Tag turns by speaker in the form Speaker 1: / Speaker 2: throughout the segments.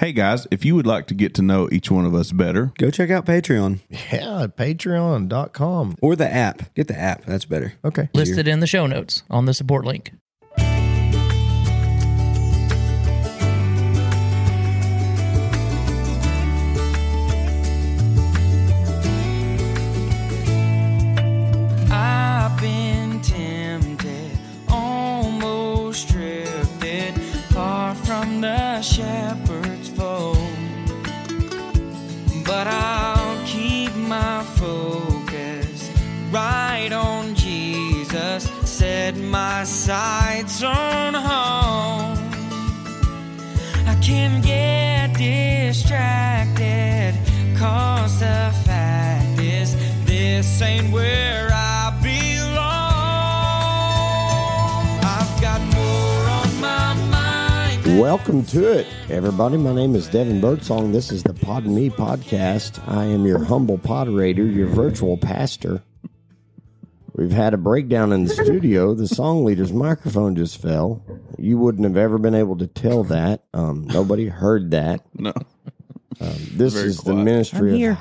Speaker 1: Hey guys, if you would like to get to know each one of us better,
Speaker 2: Go check out Patreon
Speaker 3: Yeah, patreon.com.
Speaker 2: or the app. Get the app. That's better.
Speaker 3: Okay.
Speaker 4: listed in the show notes on the support link.
Speaker 5: I've been tempted, almost drifted far from the shepherd's fold. But I'll keep my focus right on Jesus, set my sights on home. I can get distracted. Cause the fact is, this ain't where I belong. I've got more on my mind.
Speaker 6: Welcome to it, everybody. My name is Devin Birdsong. This is the Pod Me podcast. I am your humble poderator, your virtual pastor. We've had a breakdown in the studio. The song leader's microphone just fell. You wouldn't have ever been able to tell that. Um, nobody heard that. Um,
Speaker 1: no.
Speaker 6: This
Speaker 1: Very
Speaker 6: is the
Speaker 1: quiet.
Speaker 6: ministry of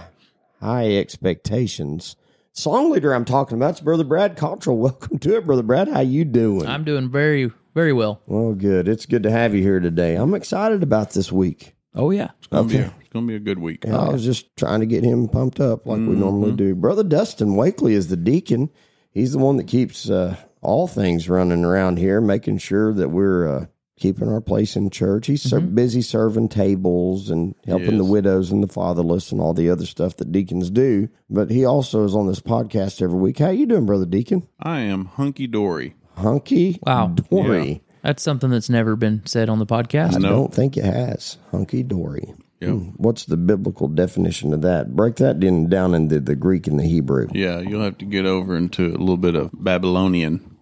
Speaker 6: high expectations. Song leader I'm talking about is Brother Brad Cottrell. Welcome to it, Brother Brad. How you doing?
Speaker 4: I'm doing very, very well.
Speaker 6: well, good. It's good to have you here today. I'm excited about this week.
Speaker 4: Oh yeah.
Speaker 1: It's gonna be a, it's gonna be a good week.
Speaker 6: I was just trying to get him pumped up like we normally do. Brother Dustin Wakely is the deacon. He's the one that keeps uh, all things running around here, making sure that we're uh, keeping our place in church. He's so busy serving tables and helping the
Speaker 1: Yes.
Speaker 6: widows and the fatherless and all the other stuff that deacons do. But he also is on this podcast every week. How you doing, brother deacon?
Speaker 1: I am hunky dory.
Speaker 6: Hunky
Speaker 4: Wow.
Speaker 6: dory.
Speaker 4: That's something that's never been said on the podcast.
Speaker 6: I
Speaker 1: No.
Speaker 6: don't think it has. Hunky dory. Hmm.
Speaker 1: Yeah.
Speaker 6: What's the biblical definition of that? Break that in, down into the Greek and the Hebrew.
Speaker 1: Yeah, you'll have to get over into a little bit of Babylonian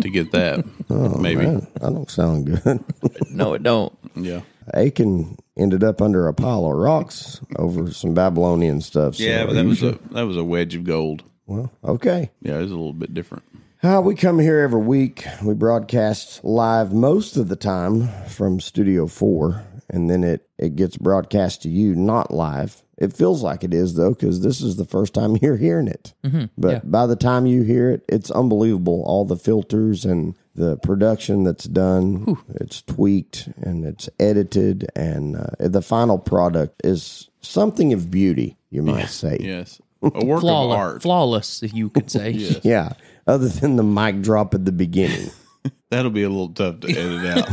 Speaker 1: to get that. Maybe.
Speaker 6: Oh, Man, I don't sound good.
Speaker 4: No, it don't.
Speaker 1: Yeah.
Speaker 6: Achan ended up under a pile of rocks over some Babylonian stuff. so
Speaker 1: Yeah, but
Speaker 6: are
Speaker 1: that
Speaker 6: you
Speaker 1: was
Speaker 6: sure?
Speaker 1: a that was a wedge of gold.
Speaker 6: well, okay.
Speaker 1: Yeah, it was a little bit different.
Speaker 6: Uh, we come here every week. We broadcast live most of the time from Studio 4, and then it, it gets broadcast to you, not live. It feels like it is, though, because this is the first time you're hearing it. But
Speaker 4: yeah.
Speaker 6: by the time you hear it, it's unbelievable. All the filters and the production that's done, it's tweaked and it's edited, and uh, the final product is something of beauty, you might say.
Speaker 1: Yes. A work of
Speaker 4: Flawless,
Speaker 1: art.
Speaker 4: flawless, you could say.
Speaker 6: yeah, other than the mic drop at the beginning.
Speaker 1: That'll be a little tough to edit out.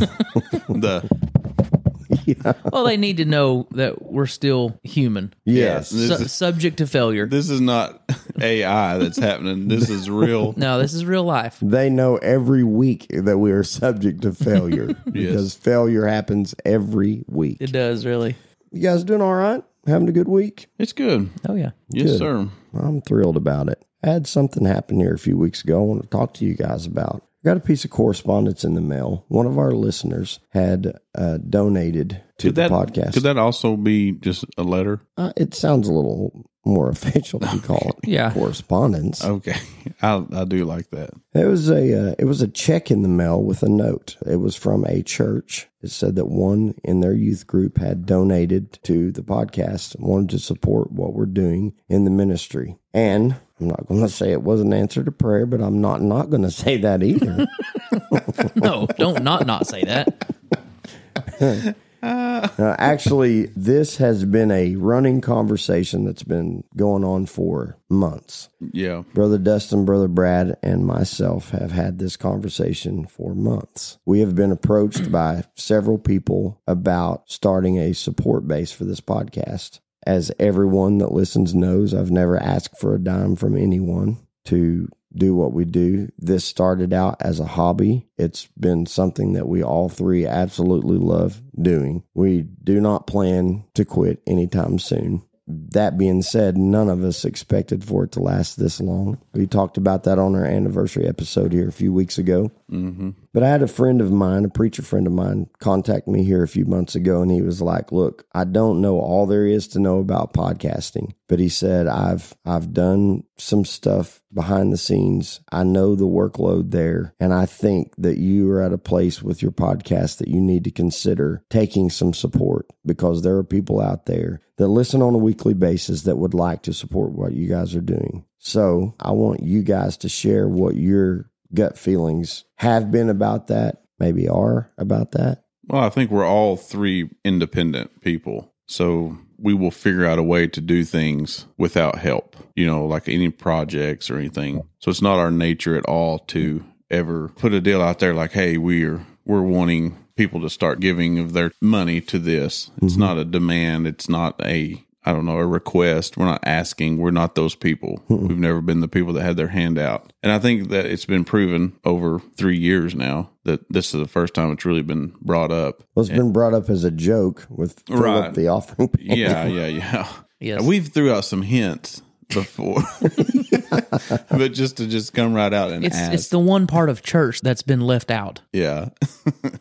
Speaker 1: the
Speaker 4: Well, they need to know that we're still human,
Speaker 6: Yes.
Speaker 1: Yeah,
Speaker 4: Su- subject to failure.
Speaker 1: this is not AI that's happening. This is real.
Speaker 4: No, this is real life.
Speaker 6: they know every week that we are subject to failure because failure happens every week.
Speaker 4: It does really.
Speaker 6: You guys doing all right? Having a good week?
Speaker 1: It's good.
Speaker 4: Oh yeah.
Speaker 1: Yes, sir.
Speaker 6: I'm thrilled about it. I had something happen here a few weeks ago I want to talk to you guys about. I got a piece of correspondence in the mail. One of our listeners had uh, donated to
Speaker 1: Could
Speaker 6: the
Speaker 1: that
Speaker 6: podcast.
Speaker 1: could that also be just a letter?
Speaker 6: uh, it sounds a little more official to call it
Speaker 4: Yeah.
Speaker 6: correspondence.
Speaker 1: Okay, I I do like that.
Speaker 6: It was a uh, it was a check in the mail with a note. It was from a church. It said that one in their youth group had donated to the podcast and wanted to support what we're doing in the ministry. And I'm not going to say it was an answer to prayer, but I'm not not going to say that either.
Speaker 4: No, don't not not say that.
Speaker 6: Uh, actually, this has been a running conversation that's been going on for months.
Speaker 1: Yeah,
Speaker 6: Brother Dustin, Brother Brad, and myself have had this conversation for months. We have been approached by several people about starting a support base for this podcast. As everyone that listens knows, I've never asked for a dime from anyone to do what we do. This started out as a hobby. It's been something that we all three absolutely love doing. We do not plan to quit anytime soon that being said, none of us expected for it to last this long. We talked about that on our anniversary episode here a few weeks ago. But I had a friend of mine, a preacher friend of mine, contact me here a few months ago, and he was like, "Look, I don't know all there is to know about podcasting, but he said I've I've done some stuff behind the scenes. I know the workload there, and I think that you are at a place with your podcast that you need to consider taking some support because there are people out there that listen on a weekly basis that would like to support what you guys are doing. So I want you guys to share what your gut feelings have been about that, maybe are about that.
Speaker 1: Well, I think we're all three independent people. So we will figure out a way to do things without help, you know, like any projects or anything. So it's not our nature at all to ever put a deal out there like, hey, we're we're wanting people to start giving of their money to this. It's not a demand, it's not a I don't know, a request. We're not asking. We're not those people. We've never been the people that had their hand out. And I think that it's been proven over three years now that this is the first time it's really been brought up.
Speaker 6: Well, it's been brought up as a joke with Philip
Speaker 1: Right.
Speaker 6: the offering. pan.
Speaker 1: Yeah, yeah, yeah.
Speaker 4: Yes.
Speaker 1: We've threw out some hints before. but just to just come right out and
Speaker 4: It's
Speaker 1: ask.
Speaker 4: it's the one part of church that's been left out.
Speaker 1: yeah.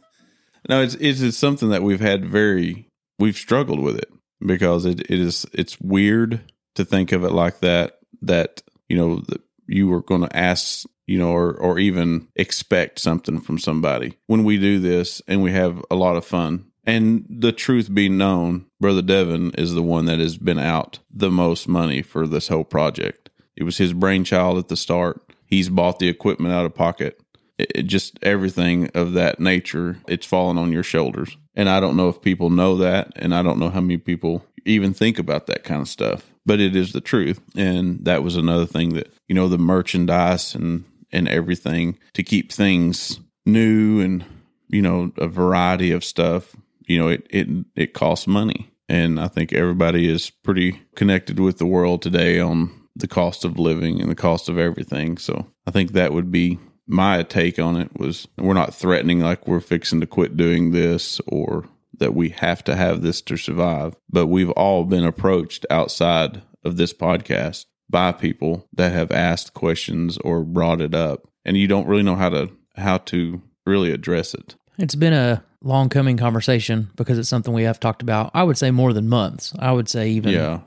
Speaker 1: no, it's it's just something that we've had very we've struggled with it because it, it is it's weird to think of it like that that you know that you were going to ask you know or or even expect something from somebody when we do this and we have a lot of fun and the truth be known brother devin is the one that has been out the most money for this whole project it was his brainchild at the start he's bought the equipment out of pocket it, it just everything of that nature it's fallen on your shoulders and i don't know if people know that and i don't know how many people even think about that kind of stuff but it is the truth and that was another thing that you know the merchandise and and everything to keep things new and you know a variety of stuff you know it it it costs money and i think everybody is pretty connected with the world today on the cost of living and the cost of everything so i think that would be my take on it was we're not threatening like we're fixing to quit doing this or that we have to have this to survive but we've all been approached outside of this podcast by people that have asked questions or brought it up and you don't really know how to how to really address it
Speaker 4: It's been a long coming conversation because it's something we have talked about. I would say more than months. I would say even
Speaker 1: yeah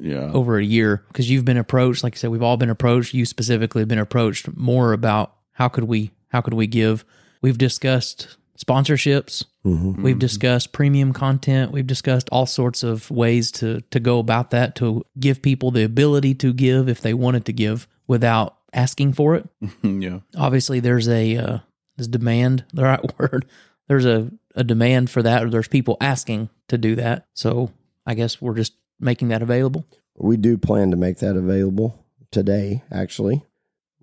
Speaker 1: yeah
Speaker 4: over a year because you've been approached. Like you said, we've all been approached. You specifically have been approached more about how could we how could we give. We've discussed sponsorships. We've discussed premium content. We've discussed all sorts of ways to to go about that to give people the ability to give if they wanted to give without asking for it
Speaker 1: yeah
Speaker 4: obviously there's a uh, is demand the right word there's a, a demand for that or there's people asking to do that so i guess we're just making that available
Speaker 6: we do plan to make that available today actually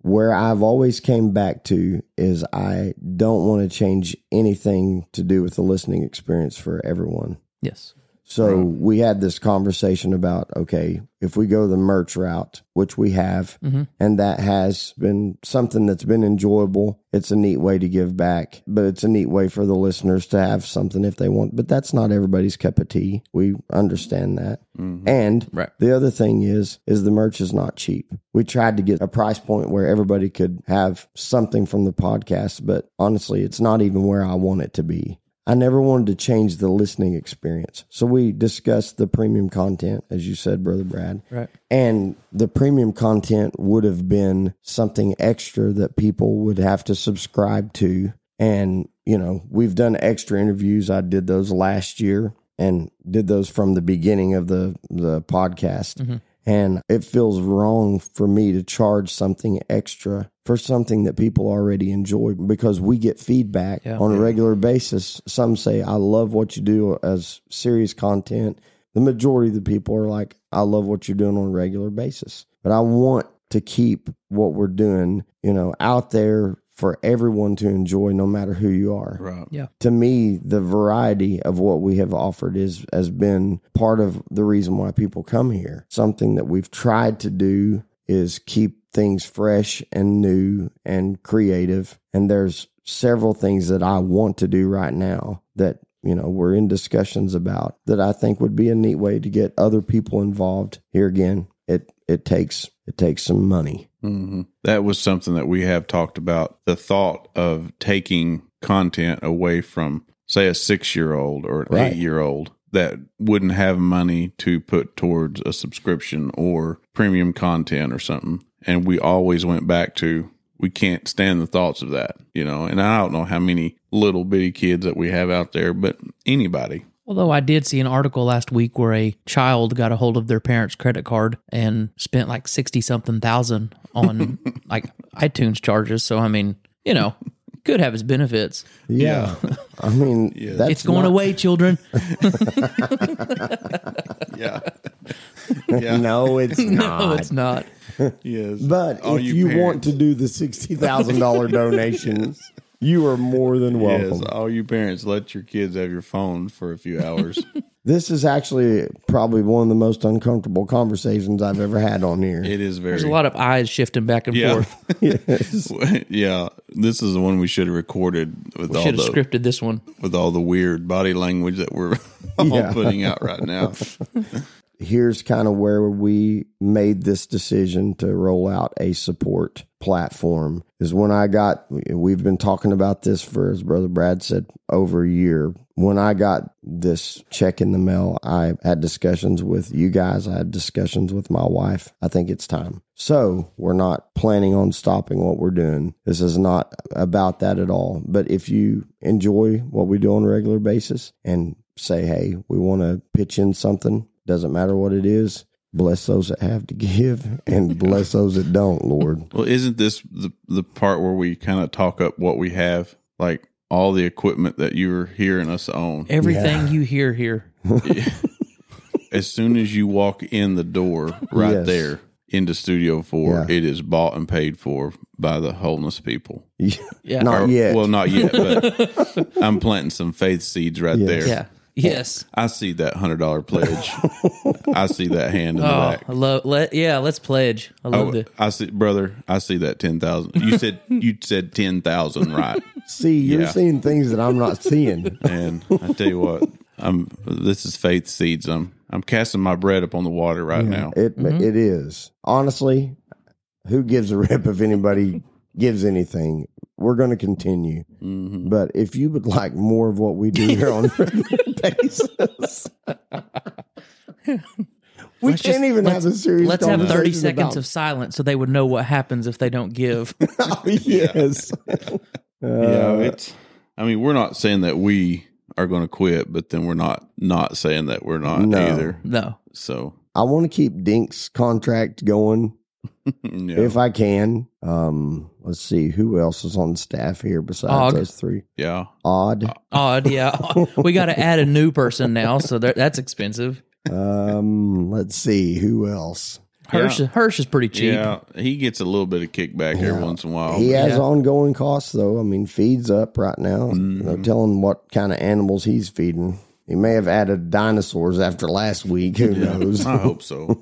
Speaker 6: where i've always came back to is i don't want to change anything to do with the listening experience for everyone
Speaker 4: yes
Speaker 6: so we had this conversation about okay, if we go the merch route, which we have, and that has been something that's been enjoyable. It's a neat way to give back, but it's a neat way for the listeners to have something if they want. But that's not everybody's cup of tea. We understand that. And
Speaker 4: Right.
Speaker 6: the other thing is is the merch is not cheap. We tried to get a price point where everybody could have something from the podcast, but honestly, it's not even where I want it to be. I never wanted to change the listening experience. So we discussed the premium content, as you said, Brother Brad.
Speaker 4: Right.
Speaker 6: And the premium content would have been something extra that people would have to subscribe to. And, you know, we've done extra interviews. I did those last year and did those from the beginning of the, the podcast. And it feels wrong for me to charge something extra for something that people already enjoy because we get feedback
Speaker 4: Yeah.
Speaker 6: on a regular basis. Some say, I love what you do as series content. The majority of the people are like, I love what you're doing on a regular basis. But I want to keep what we're doing, you know, out there for everyone to enjoy, no matter who you are
Speaker 1: right
Speaker 6: to me the variety of what we have offered is has been part of the reason why people come here something that we've tried to do is keep things fresh and new and creative and there's several things that I want to do right now that you know we're in discussions about that I think would be a neat way to get other people involved here again it it takes it takes some money.
Speaker 1: hmm That was something that we have talked about. The thought of taking content away from, say, a six year old or an
Speaker 6: Right.
Speaker 1: eight year old that wouldn't have money to put towards a subscription or premium content or something. And we always went back to, we can't stand the thoughts of that, you know. And I don't know how many little bitty kids that we have out there, but anybody.
Speaker 4: Although I did see an article last week where a child got a hold of their parents' credit card and spent like 60 something thousand on like iTunes charges. So, I mean, you know, could have its benefits.
Speaker 6: Yeah. I mean that's
Speaker 4: it's going
Speaker 6: not-
Speaker 4: away, children.
Speaker 1: Yeah.
Speaker 6: No, it's not.
Speaker 4: no, it's not.
Speaker 1: Yes.
Speaker 6: But if you, want to do the sixty thousand dollar donation, you are more than welcome.
Speaker 1: Yes, all you parents, let your kids have your phone for a few hours.
Speaker 6: This is actually probably one of the most uncomfortable conversations I've ever had on here.
Speaker 1: it is very
Speaker 4: There's a lot of eyes shifting back and
Speaker 1: Yeah.
Speaker 4: forth.
Speaker 1: yeah, this is the one we should have recorded with all
Speaker 4: Should have
Speaker 1: the
Speaker 4: scripted this one.
Speaker 1: with all the weird body language that we're all
Speaker 6: Yeah.
Speaker 1: putting out right now.
Speaker 6: here's kind of where we made this decision to roll out a support platform is when I got we've been talking about this for as brother Brad said over a year when I got this check in the mail I had discussions with you guys I had discussions with my wife I think it's time so we're not planning on stopping what we're doing this is not about that at all but if you enjoy what we do on a regular basis and say hey we want to pitch in something doesn't matter what it is. Bless those that have to give and bless those that don't, Lord.
Speaker 1: Well, isn't this the the part where we kind of talk up what we have, like all the equipment that you're hearing us own?
Speaker 4: Everything you hear here.
Speaker 1: As soon as you walk in the door, right
Speaker 6: Yes.
Speaker 1: there into Studio Four,
Speaker 6: Yeah.
Speaker 1: it is bought and paid for by the wholeness people.
Speaker 4: Yeah.
Speaker 6: Not
Speaker 1: Or-
Speaker 6: yet.
Speaker 1: Well, not yet, but I'm planting some faith seeds right
Speaker 6: Yes.
Speaker 1: there.
Speaker 4: Yeah. Yes.
Speaker 1: I see that hundred dollar pledge. I see that hand in the
Speaker 4: Oh,
Speaker 1: back.
Speaker 4: I love. Let yeah. Let's pledge. I love
Speaker 1: Oh,
Speaker 4: it.
Speaker 1: I see, brother. I see that ten thousand. You said you said ten thousand, right?
Speaker 6: See, you're
Speaker 1: Yeah.
Speaker 6: seeing things that I'm not seeing.
Speaker 1: And I tell you what, I'm. This is faith seeds. I'm. I'm casting my bread upon the water right now.
Speaker 6: It
Speaker 4: Mm-hmm.
Speaker 6: it is. Honestly, who gives a rip if anybody gives anything? We're going to continue.
Speaker 1: Mm-hmm.
Speaker 6: But if you would like more of what we do here on a regular basis, we can't
Speaker 4: Let's just-
Speaker 6: even have a serious
Speaker 4: Let's have thirty
Speaker 6: conversation
Speaker 4: seconds
Speaker 6: about-
Speaker 4: of silence so they would know what happens if they don't give.
Speaker 6: Oh, yes.
Speaker 1: yeah, it's. I mean, we're not saying that we are going to quit, but then we're not not saying that we're not
Speaker 6: No.
Speaker 1: either.
Speaker 4: No.
Speaker 1: So
Speaker 6: I want to keep Dink's contract going
Speaker 1: yeah,
Speaker 6: if I can. Um, let's see who else is on staff here besides
Speaker 4: Og.
Speaker 6: us three.
Speaker 1: yeah.
Speaker 6: Odd.
Speaker 4: Odd. Yeah. we got to add a new person now, so that- that's expensive.
Speaker 6: um, let's see who else.
Speaker 4: Hirsch. Hirsch is pretty cheap.
Speaker 1: Yeah, he gets a little bit of kickback every once in a while.
Speaker 6: He
Speaker 1: but-
Speaker 6: has ongoing costs though. I mean, feeds up right now. No telling what kind of animals he's feeding. He may have added dinosaurs after last week. Who knows?
Speaker 1: I hope so.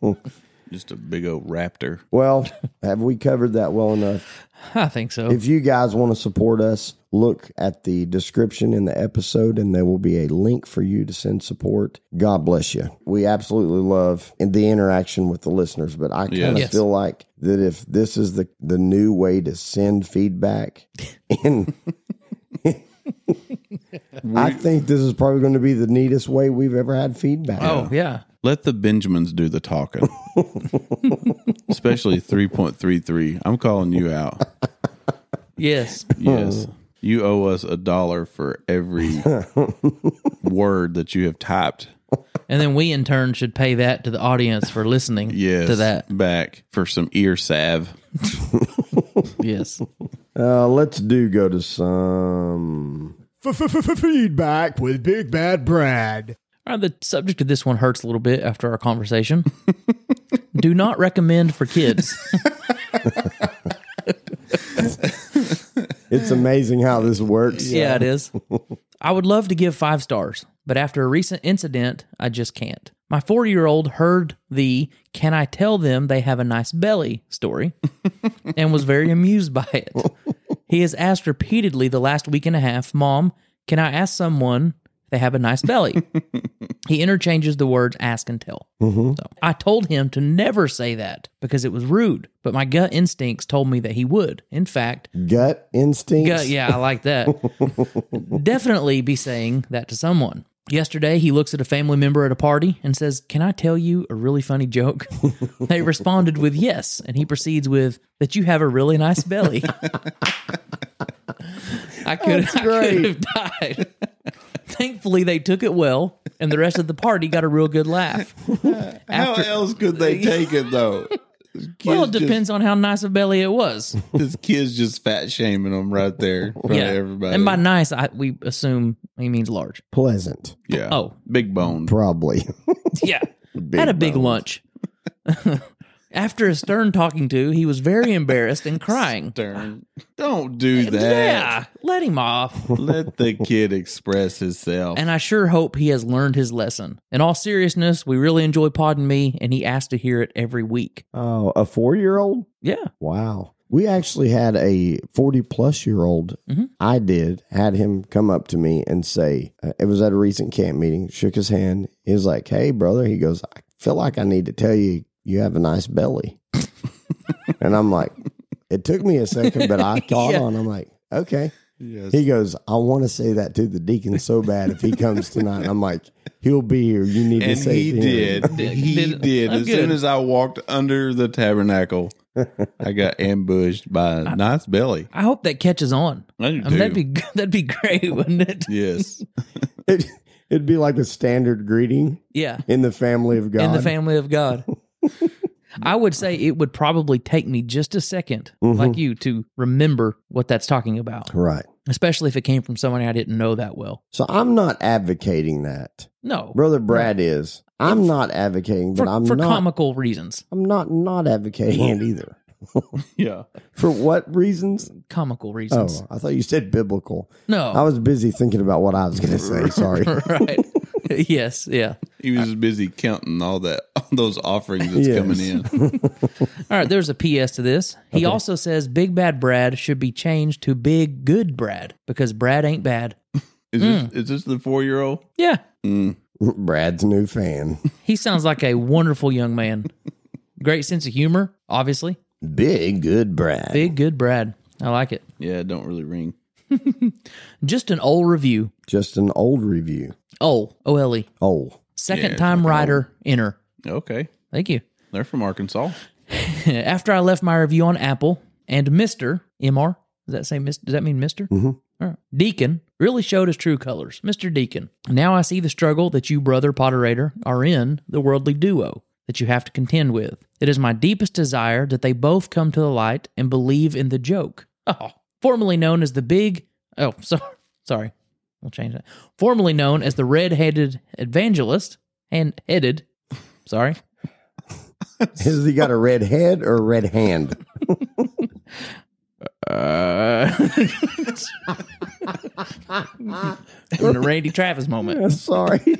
Speaker 1: Just a big old raptor.
Speaker 6: Well, have we covered that well enough?
Speaker 4: I think so.
Speaker 6: If you guys want to support us, look at the description in the episode and there will be a link for you to send support. God bless you. We absolutely love the interaction with the listeners, but I kind of
Speaker 1: Yes.
Speaker 4: Yes.
Speaker 6: feel like that if this is the, the new way to send feedback in I think this is probably going to be the neatest way we've ever had feedback.
Speaker 4: oh yeah.
Speaker 1: Let the Benjamins do the talking. Especially 3.33. I'm calling you out.
Speaker 4: Yes.
Speaker 1: Yes. You owe us a dollar for every word that you have typed.
Speaker 4: And then we in turn should pay that to the audience for listening.
Speaker 1: Yes.
Speaker 4: To that.
Speaker 1: Back for some ear salve.
Speaker 4: Yes.
Speaker 6: Uh, let's do go to some
Speaker 3: Feedback with Big Bad Brad.
Speaker 4: All right, the subject of this one hurts a little bit after our conversation. Do not recommend for kids.
Speaker 6: It's amazing how this works.
Speaker 4: yeah, it is. I would love to give five stars, but after a recent incident, I just can't. My four year old heard the Can I Tell Them They Have a Nice Belly story and was very amused by it. He has asked repeatedly the last week and a half, Mom, can I ask someone if They have a nice belly. he interchanges the words ask and tell.
Speaker 6: Mm-hmm.
Speaker 4: So I told him to never say that because it was rude, but my gut instincts told me that he would. In fact,
Speaker 6: Gut instincts.
Speaker 4: gut, yeah, I like that. Definitely be saying that to someone. Yesterday, he looks at a family member at a party and says, Can I tell you a really funny joke? they responded with yes, and he proceeds with, That you have a really nice belly. I could, I could have died. Thankfully, they took it well, and the rest of the party got a real good laugh.
Speaker 1: How
Speaker 4: After-
Speaker 1: else could they take it though? This
Speaker 4: Well, it
Speaker 1: kid's
Speaker 4: depends on how nice a belly it was.
Speaker 1: Just, this kid's just fat shaming them right there in front
Speaker 4: yeah,
Speaker 1: of everybody.
Speaker 4: And by nice, I, we assume he means large.
Speaker 6: Pleasant,
Speaker 1: yeah.
Speaker 4: Oh.
Speaker 1: big bone.
Speaker 6: probably.
Speaker 4: Yeah, had a big
Speaker 6: bones.
Speaker 4: lunch. After a stern talking to, he was very embarrassed and crying.
Speaker 1: Turn. Don't do that.
Speaker 4: Yeah, let him off.
Speaker 1: Let the kid express himself.
Speaker 4: And I sure hope he has learned his lesson. In all seriousness, we really enjoy Podding Me, and he asked to hear it every week.
Speaker 6: Oh, a four year old?
Speaker 4: Yeah.
Speaker 6: Wow. We actually had a 40 plus year old.
Speaker 1: Mm-hmm.
Speaker 4: Mhm.
Speaker 6: I did, had him come up to me and say, uh, it was at a recent camp meeting, shook his hand. He was like, hey, brother. He goes, I feel like I need to tell you, you have a nice belly. and I'm like, it took me a second, but I caught
Speaker 4: Yeah.
Speaker 6: on. I'm like, okay.
Speaker 1: yes.
Speaker 6: He goes, I want to say that to the deacon so bad if he comes tonight. And I'm like, he'll be here. You need
Speaker 1: and
Speaker 6: to say
Speaker 1: he
Speaker 6: it to him."
Speaker 1: did. He
Speaker 4: Did-
Speaker 1: did.
Speaker 4: I'm
Speaker 1: As
Speaker 4: good.
Speaker 1: soon as I walked under the tabernacle, I got ambushed by a nice belly.
Speaker 4: I hope that catches on.
Speaker 1: I do
Speaker 4: I mean, that'd
Speaker 1: too.
Speaker 4: be g- that'd be great, wouldn't it?
Speaker 1: yes.
Speaker 6: It, it'd be like a standard greeting
Speaker 4: Yeah.
Speaker 6: in the family of God.
Speaker 4: in the family of God. I would say it would probably take me just a 2nd like you, to remember what that's talking about,
Speaker 6: Right.
Speaker 4: especially if it came from someone I didn't know that well.
Speaker 6: So I'm not advocating that.
Speaker 4: No,
Speaker 6: Brother Brad is. I'm not advocating,
Speaker 4: for,
Speaker 6: but I'm
Speaker 4: for
Speaker 6: not
Speaker 4: comical reasons,
Speaker 6: I'm not not advocating it either.
Speaker 1: Yeah.
Speaker 6: For what reasons?
Speaker 4: comical reasons.
Speaker 6: Oh, I thought you said biblical. I
Speaker 4: No,
Speaker 6: was busy thinking about what I was going to say. Sorry.
Speaker 4: right? yes, yeah.
Speaker 1: He was busy counting all that, all those offerings that's
Speaker 6: Yes.
Speaker 1: coming in.
Speaker 4: All right. There's a PS to this. He also says Big Bad Brad should be changed to Big Good Brad because Brad ain't bad.
Speaker 1: Is, this, is this the four year old?
Speaker 4: Yeah,
Speaker 6: Brad's new fan.
Speaker 4: he sounds like a wonderful young man. Great sense of humor, obviously.
Speaker 6: Big good Brad.
Speaker 4: Big Good Brad. I like it.
Speaker 1: Yeah, it don't really ring.
Speaker 4: Just an old review.
Speaker 6: Just an old review.
Speaker 4: Oh, OLE.
Speaker 6: Oh,
Speaker 4: Second
Speaker 1: Yeah,
Speaker 4: time rider, enter.
Speaker 1: Okay.
Speaker 4: Thank you.
Speaker 1: They're from Arkansas.
Speaker 4: After I left my review on Apple and Mr. MR, does that say Mis- does that mean mister Deacon really showed his true colors. Mr. Deacon. Now I see the struggle that you, brother Potterator, are in, the worldly duo that you have to contend with. It is my deepest desire that they both come to the light and believe in the joke. Oh, formerly known as the big oh, so, sorry. We'll change that. Formerly known as the red headed evangelist and headed sorry.
Speaker 6: has he got a red head or a red hand?
Speaker 4: Uh, in a Randy Travis moment.
Speaker 6: Sorry.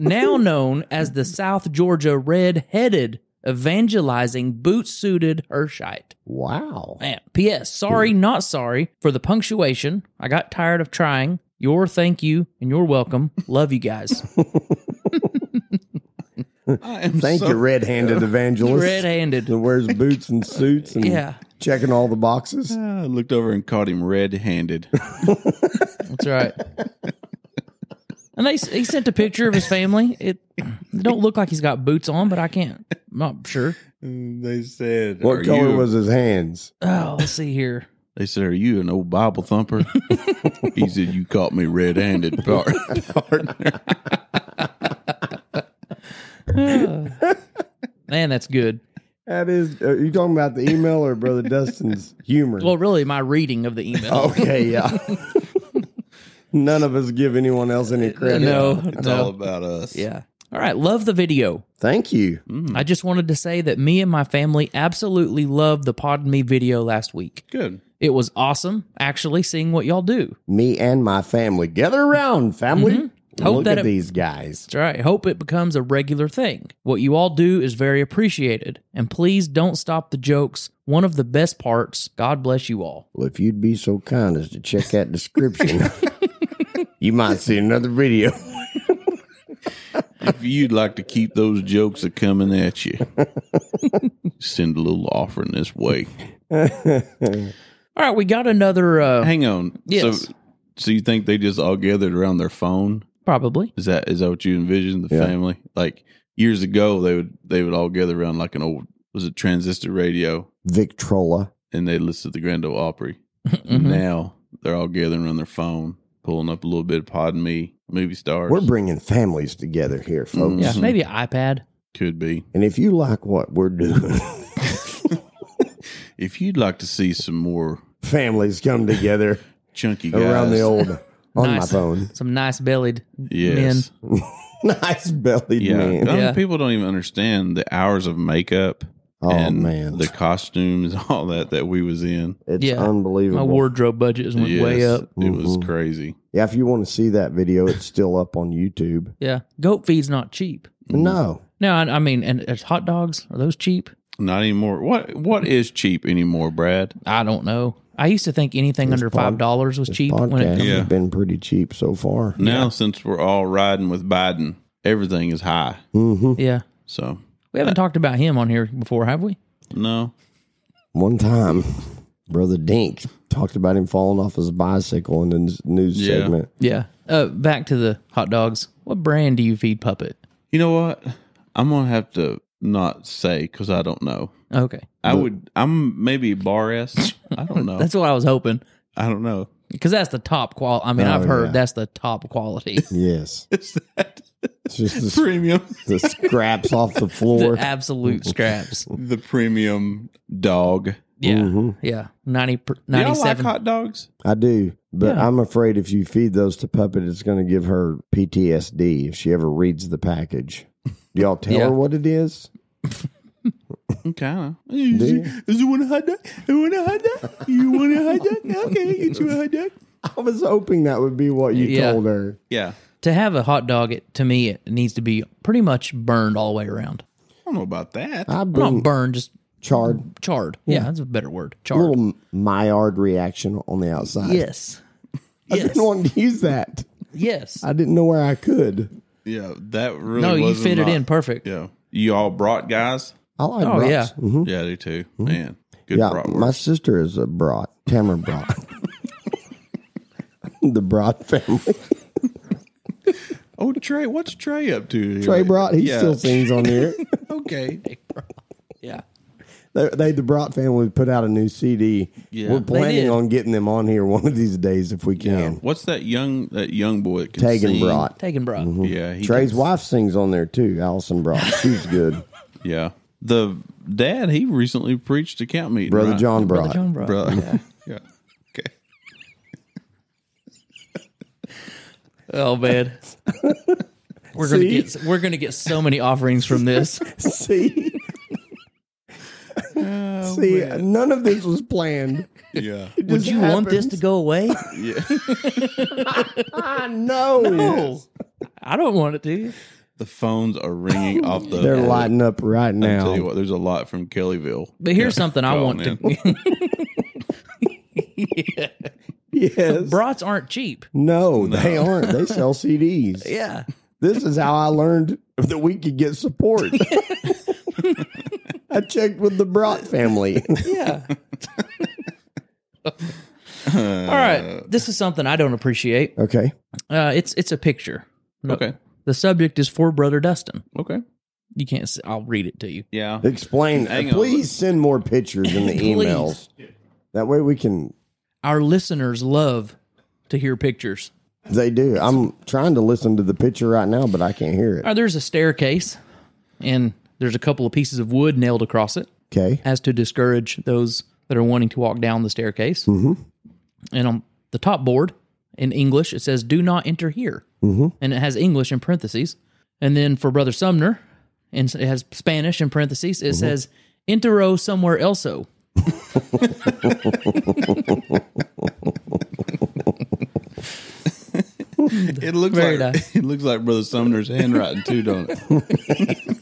Speaker 4: Now known as the South Georgia red headed evangelizing boot suited Hershite.
Speaker 6: wow.
Speaker 4: Man, P.S. Sorry, not sorry for the punctuation. I got tired of trying. Your thank you and your welcome. Love you guys.
Speaker 1: I am
Speaker 6: Thank
Speaker 1: so-
Speaker 6: you, red handed evangelist.
Speaker 4: Red handed.
Speaker 6: that wears boots and suits and
Speaker 4: Yeah.
Speaker 6: checking all the boxes.
Speaker 1: I looked over and caught him red handed.
Speaker 4: That's right. And they, he sent a picture of his family. It, it don't look like he's got boots on, but I can't. I'm not sure.
Speaker 1: they said,
Speaker 6: What
Speaker 1: "Are
Speaker 6: color
Speaker 1: you-"
Speaker 6: was his hands?
Speaker 4: Oh, let's see here.
Speaker 1: They said, Are you an old Bible thumper? he said, You caught me red handed, part- partner.
Speaker 4: Man, that's good.
Speaker 6: That is, are you talking about the email or Brother Dustin's humor?
Speaker 4: Well, really, my reading of the email.
Speaker 6: Oh, okay, yeah. None of us give anyone else any credit.
Speaker 4: Uh, no,
Speaker 1: It's
Speaker 4: no.
Speaker 1: all about us.
Speaker 4: Yeah. All right. Love the video.
Speaker 6: Thank you.
Speaker 4: I just wanted to say that me and my family absolutely loved the Pod Me video last week.
Speaker 1: Good.
Speaker 4: It was awesome, actually, seeing what y'all do.
Speaker 6: Me and my family. Gather around, family.
Speaker 4: Mm-hmm. Hope
Speaker 6: Look
Speaker 4: that
Speaker 6: at
Speaker 4: it-
Speaker 6: these guys.
Speaker 4: That's right. Hope it becomes a regular thing. What you all do is very appreciated. And please don't stop the jokes One of the best parts, God bless you all.
Speaker 6: Well, if you'd be so kind as to check that description, you might see another video.
Speaker 1: If you'd like to keep those jokes a coming at you, send a little offering this way.
Speaker 4: All right, we got another uh,
Speaker 1: Hang on.
Speaker 4: Yes.
Speaker 1: So, so you think they just all gathered around their phone?
Speaker 4: probably.
Speaker 1: Is that is that what you envision the
Speaker 6: Yeah.
Speaker 1: family? Like years ago, they would they would all gather around like an old was it transistor radio,
Speaker 6: Victrola.
Speaker 1: and they listened to the Grand Ole Opry.
Speaker 4: Mhm.
Speaker 1: Now they're all gathering around their phone, pulling up a little bit of Pod Me, movie stars.
Speaker 6: We're bringing families together here, folks.
Speaker 4: Mm, Yeah,
Speaker 1: Mhm.
Speaker 4: maybe an iPad.
Speaker 1: Could be.
Speaker 6: And if you like what we're doing,
Speaker 1: If you'd like to see some more
Speaker 6: families come together
Speaker 1: chunky guys
Speaker 6: around the old on my
Speaker 4: Nice.
Speaker 6: phone.
Speaker 4: Some nice bellied
Speaker 1: yes,
Speaker 6: nice bellied
Speaker 1: yeah, I
Speaker 6: man.
Speaker 1: mean,
Speaker 4: Yeah.
Speaker 1: people don't even understand the hours of makeup
Speaker 6: Oh
Speaker 1: and
Speaker 6: man,
Speaker 1: the costumes, all that that we was in.
Speaker 6: it's
Speaker 4: Yeah.
Speaker 6: unbelievable.
Speaker 4: My wardrobe budget has went
Speaker 1: Yes,
Speaker 4: way up.
Speaker 1: It was
Speaker 6: Mhm.
Speaker 1: crazy.
Speaker 6: Yeah, if you want to see that video, it's still up on YouTube.
Speaker 4: Yeah, goat feed's not cheap.
Speaker 6: No,
Speaker 4: No, I, I mean, and it's hot dogs. Are those cheap?
Speaker 1: Not anymore. What what is cheap anymore, Brad?
Speaker 4: I don't know. I used to think anything
Speaker 6: This
Speaker 4: under
Speaker 6: pod-
Speaker 4: five dollars was
Speaker 6: this
Speaker 4: cheap. When
Speaker 6: podcast
Speaker 4: it,
Speaker 1: Yeah.
Speaker 6: has been pretty cheap so far.
Speaker 1: Now since we're all riding with Biden, everything is high.
Speaker 6: hmm
Speaker 4: yeah,
Speaker 1: So
Speaker 4: we haven't talked about him on here before, have we?
Speaker 1: no,
Speaker 6: One time, brother Dink talked about him falling off his bicycle in the n- news
Speaker 1: Yeah.
Speaker 6: segment.
Speaker 4: Yeah. Uh, back to the hot dogs. What brand do you feed Puppet?
Speaker 1: you know what? I'm gonna have to not say because I don't know.
Speaker 4: Okay,
Speaker 1: I would. I'm maybe bar S. I don't know.
Speaker 4: that's what I was hoping
Speaker 1: I don't know.
Speaker 4: because that's the top quality. I mean,
Speaker 6: Oh,
Speaker 4: I've heard
Speaker 6: yeah.
Speaker 4: that's the top quality.
Speaker 6: Yes,
Speaker 1: Is that
Speaker 6: it's just the,
Speaker 1: premium?
Speaker 6: the scraps off the floor.
Speaker 4: the absolute scraps.
Speaker 6: Mm-hmm.
Speaker 1: The premium dog.
Speaker 4: Yeah,
Speaker 6: Mhm.
Speaker 4: yeah. 90, per-
Speaker 1: Do y'all like
Speaker 4: 97.
Speaker 1: hot dogs?
Speaker 6: I do, but
Speaker 4: Yeah.
Speaker 6: I'm afraid if you feed those to Puppet, it's going to give her PTSD if she ever reads the package. Do y'all tell
Speaker 4: Yeah.
Speaker 6: her what it is?
Speaker 1: Kind of.
Speaker 6: you?
Speaker 1: Mm, Is it one hot dog? You want a hot dog? You want a hot dog? Okay, get you a hot dog.
Speaker 6: I was hoping that would be what you
Speaker 4: Yeah.
Speaker 6: told her.
Speaker 1: Yeah,
Speaker 4: to have a hot dog, it, to me, it needs to be pretty much burned all the way around.
Speaker 1: I don't know about that.
Speaker 6: I
Speaker 4: Well,
Speaker 6: bring
Speaker 4: not burned, just
Speaker 6: charred,
Speaker 4: charred. Yeah, that's a better word. Charred.
Speaker 6: little Maillard reaction on the outside.
Speaker 4: yes.
Speaker 6: I
Speaker 4: Yes.
Speaker 6: didn't want to use that.
Speaker 4: Yes.
Speaker 6: I didn't know where I could.
Speaker 1: Yeah, that really.
Speaker 4: no, you
Speaker 1: was
Speaker 4: fit
Speaker 1: not-
Speaker 4: it in perfect.
Speaker 1: Yeah, you all brought guys.
Speaker 6: I like
Speaker 4: Oh,
Speaker 6: brats.
Speaker 4: yeah.
Speaker 6: Mhm.
Speaker 1: Yeah, I do too.
Speaker 4: Mm-hmm.
Speaker 1: Man, good
Speaker 6: Yeah,
Speaker 1: bratwurst.
Speaker 6: my sister is a brat, Tamara brat. the brat family.
Speaker 1: Oh, Trey, what's Trey up to?
Speaker 6: Trey brat, he
Speaker 1: Yeah.
Speaker 6: still sings on here.
Speaker 1: okay.
Speaker 4: Yeah.
Speaker 6: They, they the Brat family put out a new CD.
Speaker 1: Yeah.
Speaker 6: We're planning
Speaker 4: did.
Speaker 6: on getting them on here one of these days if we can.
Speaker 1: What's that young that young boy? That can
Speaker 6: Tag and
Speaker 1: sing?
Speaker 6: Brat.
Speaker 4: Taken, bro.
Speaker 1: Yeah, he
Speaker 6: Trey's
Speaker 1: can-
Speaker 6: wife sings on there too, Allison Brat. She's good.
Speaker 1: Yeah, the dad he recently preached a camp meeting.
Speaker 6: Brother
Speaker 1: right?
Speaker 6: John Brat.
Speaker 4: John Bro.
Speaker 1: Brother. Yeah. Okay.
Speaker 4: Oh man. We're gonna
Speaker 6: See?
Speaker 4: get we're gonna get so many offerings from this.
Speaker 6: See?
Speaker 1: Oh,
Speaker 6: See, none of this was planned.
Speaker 1: Yeah.
Speaker 4: Would you want this to go away?
Speaker 1: Yeah.
Speaker 6: I know.
Speaker 4: I don't want it to.
Speaker 1: The phones are ringing off the.
Speaker 6: They're lighting up right
Speaker 1: I'll tell you
Speaker 6: now.
Speaker 1: what, there's a lot from Kellyville.
Speaker 4: But here's something I
Speaker 1: Go
Speaker 4: want
Speaker 1: on,
Speaker 4: to
Speaker 6: Yes.
Speaker 4: Brats aren't cheap.
Speaker 6: No, they aren't. They sell CDs.
Speaker 4: Yeah.
Speaker 6: This is how I learned that we could get support. I checked with the Brat family.
Speaker 4: Yeah. All right. This is something I don't appreciate.
Speaker 6: Okay.
Speaker 4: Uh it's it's a picture. No.
Speaker 1: Okay.
Speaker 4: The subject is for brother Dustin.
Speaker 1: Okay.
Speaker 4: You can't s I'll read it to you.
Speaker 1: Yeah.
Speaker 6: Explain.
Speaker 1: Oh. Hang on.
Speaker 6: please send more pictures in the
Speaker 4: Please.
Speaker 6: emails. That way we can.
Speaker 4: Our listeners love to hear pictures.
Speaker 6: They do. I'm trying to listen to the picture right now, but I can't hear it.
Speaker 4: Uh, there's a staircase, and there's a couple of pieces of wood nailed across it
Speaker 6: Okay.
Speaker 4: as to discourage those that are wanting to walk down the staircase. Mm-hmm. And on the top board in English, it says, Do not enter here. Mm-hmm. And it has English in parentheses. And then for Brother Sumner, and it has Spanish in parentheses, it says, Entero somewhere elso.
Speaker 1: It looks
Speaker 4: Very
Speaker 1: like
Speaker 4: nice.
Speaker 1: it looks like Brother Sumner's handwriting too, don't it?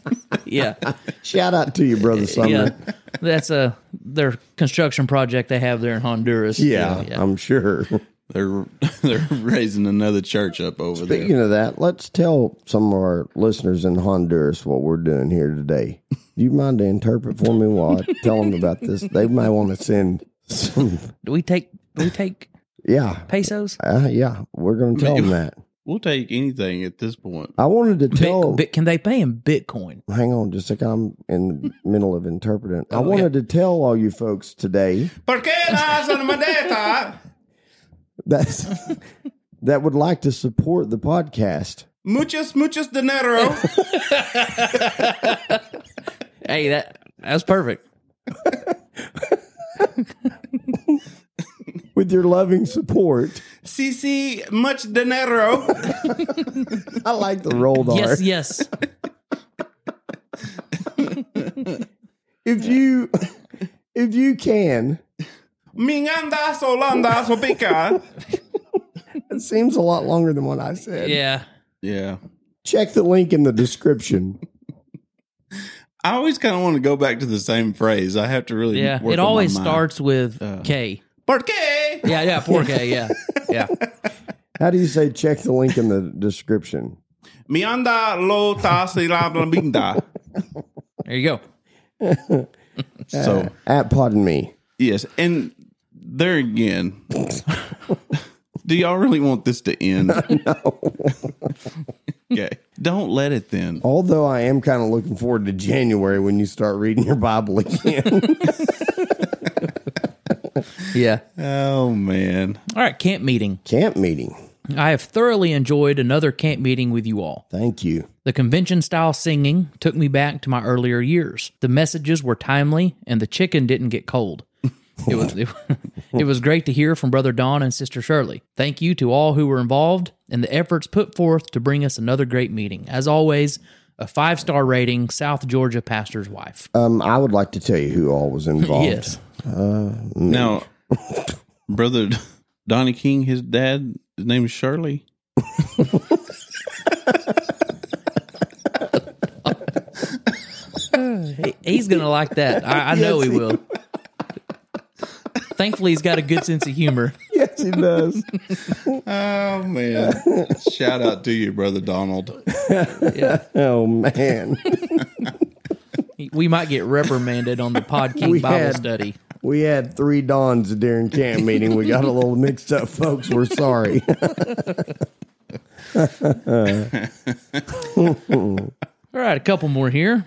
Speaker 4: Yeah.
Speaker 6: Shout out to you, brother Sumner.
Speaker 4: yeah. That's a their construction project they have there in Honduras.
Speaker 6: Yeah, I'm sure.
Speaker 1: They're they're raising another church up over there.
Speaker 6: Speaking of that, let's tell some of our listeners in Honduras what we're doing here today. Do you mind to interpret for me while I tell them about this? They might want to send some.
Speaker 4: Do we take do we take
Speaker 6: Yeah,
Speaker 4: pesos?
Speaker 6: uh, yeah, we're going to tell them that.
Speaker 1: We'll take anything at this point.
Speaker 6: I wanted to
Speaker 4: Bit-
Speaker 1: Oh.
Speaker 6: tell.
Speaker 4: bit- can they pay in Bitcoin?
Speaker 6: hang on just a second. I'm in the middle of interpreting. I
Speaker 4: Oh, yeah.
Speaker 6: wanted to tell all you folks today that that would like to support the podcast.
Speaker 1: Muchos, muchos dinero.
Speaker 4: Hey, that that's perfect.
Speaker 6: With your loving support,
Speaker 1: CC, much dinero.
Speaker 6: I like the rolled R.
Speaker 4: Yes, yes.
Speaker 6: If you if you can,
Speaker 1: Mingandas, holandas, opica.
Speaker 6: it seems a lot longer than what I said.
Speaker 4: yeah.
Speaker 1: Yeah.
Speaker 6: Check the link in the description.
Speaker 1: I always kind of want to go back to the same phrase. I have to really
Speaker 4: Yeah.
Speaker 1: work
Speaker 4: It
Speaker 1: on my
Speaker 4: always
Speaker 1: mind.
Speaker 4: starts with
Speaker 1: Uh.
Speaker 4: K.
Speaker 1: ¿Por qué?
Speaker 4: Yeah, yeah, 4K, yeah. Yeah.
Speaker 6: How do you say check the link in the description?
Speaker 1: Mi anda lo tas y la bla binda.
Speaker 4: There you go.
Speaker 1: So,
Speaker 6: At pardon me.
Speaker 1: yes. And there again, do y'all really want this to end? no. okay. Don't let it then.
Speaker 6: Although I am kind of looking forward to January when you start reading your Bible again.
Speaker 4: Yeah.
Speaker 1: Oh, man.
Speaker 4: All right, camp meeting.
Speaker 6: Camp meeting.
Speaker 4: I have thoroughly enjoyed another camp meeting with you all.
Speaker 6: Thank you.
Speaker 4: The convention style singing took me back to my earlier years. The messages were timely, and the chicken didn't get cold. It was it, was great to hear from Brother Don and Sister Shirley. Thank you to all who were involved and the efforts put forth to bring us another great meeting. As always, a five star rating, South Georgia pastor's wife.
Speaker 6: Um, I would like to tell you who all was involved.
Speaker 4: yes,
Speaker 1: Now, brother Donnie King, his dad, his name is Shirley.
Speaker 4: He- he's gonna like that. I, I know he will. Thankfully, he's got a good sense of humor.
Speaker 6: Yes, he does.
Speaker 1: Oh man! Shout out to you, brother Donald.
Speaker 6: oh man.
Speaker 4: We might get reprimanded on the Pod King
Speaker 6: We
Speaker 4: Bible
Speaker 6: had-
Speaker 4: study.
Speaker 6: We had three dons during camp meeting. We got a little mixed up, folks. We're sorry.
Speaker 4: All right, a couple more here.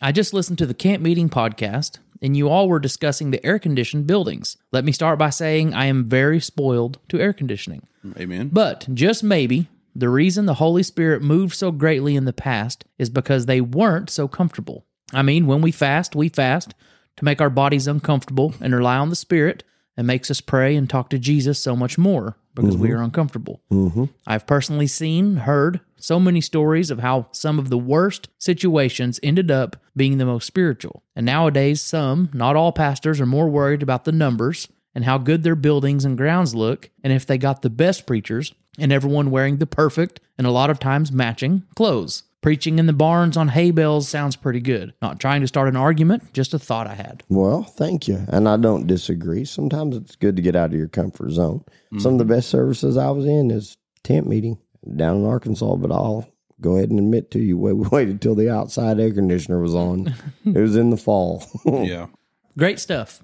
Speaker 4: I just listened to the camp meeting podcast, and you all were discussing the air conditioned buildings. Let me start by saying I am very spoiled to air conditioning.
Speaker 1: Amen.
Speaker 4: But just maybe, the reason the Holy Spirit moved so greatly in the past is because they weren't so comfortable. I mean, when we fast, we fast to make our bodies uncomfortable and rely on the Spirit and makes us pray and talk to Jesus so much more because we are uncomfortable. I've personally seen, heard so many stories of how some of the worst situations ended up being the most spiritual. And nowadays, some, not all pastors, are more worried about the numbers and how good their buildings and grounds look and if they got the best preachers and everyone wearing the perfect and a lot of times matching clothes. Preaching in the barns on hay bales sounds pretty good. Not trying to start an argument, just a thought I had.
Speaker 6: well, thank you. And I don't disagree. Sometimes it's good to get out of your comfort zone. Some of
Speaker 4: Mm-hmm.
Speaker 6: the best services I was in is tent meeting down in Arkansas, but I'll go ahead and admit to you, we waited till the outside air conditioner was on. it was in the fall.
Speaker 1: yeah.
Speaker 4: Great stuff.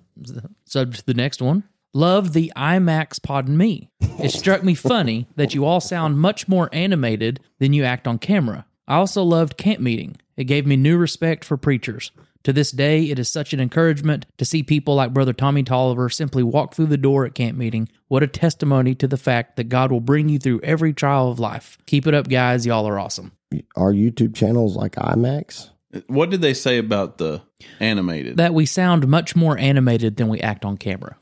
Speaker 4: Sub to the next one. Love the IMAX Pod Me. It struck me funny that you all sound much more animated than you act on camera. I also loved camp meeting. It gave me new respect for preachers. To this day, it is such an encouragement to see people like Brother Tommy Tolliver simply walk through the door at camp meeting. What a testimony to the fact that God will bring you through every trial of life. Keep it up, guys. Y'all are awesome.
Speaker 6: Our YouTube channels like IMAX.
Speaker 1: What did they say about the animated?
Speaker 4: That we sound much more animated than we act on camera.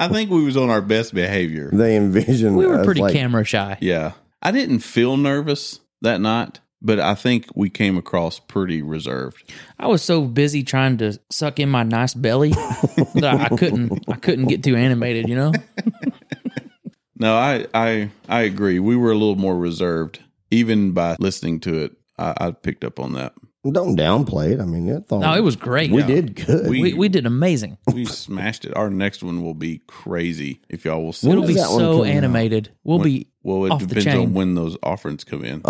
Speaker 1: I think we was on our best behavior.
Speaker 6: They envision
Speaker 4: We were
Speaker 6: us
Speaker 4: pretty
Speaker 6: like,
Speaker 4: camera shy.
Speaker 1: Yeah. I didn't feel nervous that night, but I think we came across pretty reserved.
Speaker 4: I was so busy trying to suck in my nice belly that I couldn't I couldn't get too animated, you know?
Speaker 1: No, I I I agree. We were a little more reserved, even by listening to it. I, I picked up on that.
Speaker 6: Don't downplay it. I mean, I thought
Speaker 4: No, it was great.
Speaker 6: We
Speaker 4: We,
Speaker 6: did good.
Speaker 1: We-
Speaker 4: we, did amazing.
Speaker 1: We smashed it. Our next one will be crazy if y'all will see.
Speaker 4: It'll be
Speaker 6: is that one
Speaker 4: so
Speaker 6: coming out?
Speaker 4: animated. We'll be.
Speaker 1: well, it
Speaker 4: off the
Speaker 1: depends
Speaker 4: chain. Oh.
Speaker 1: on when those offerings come in.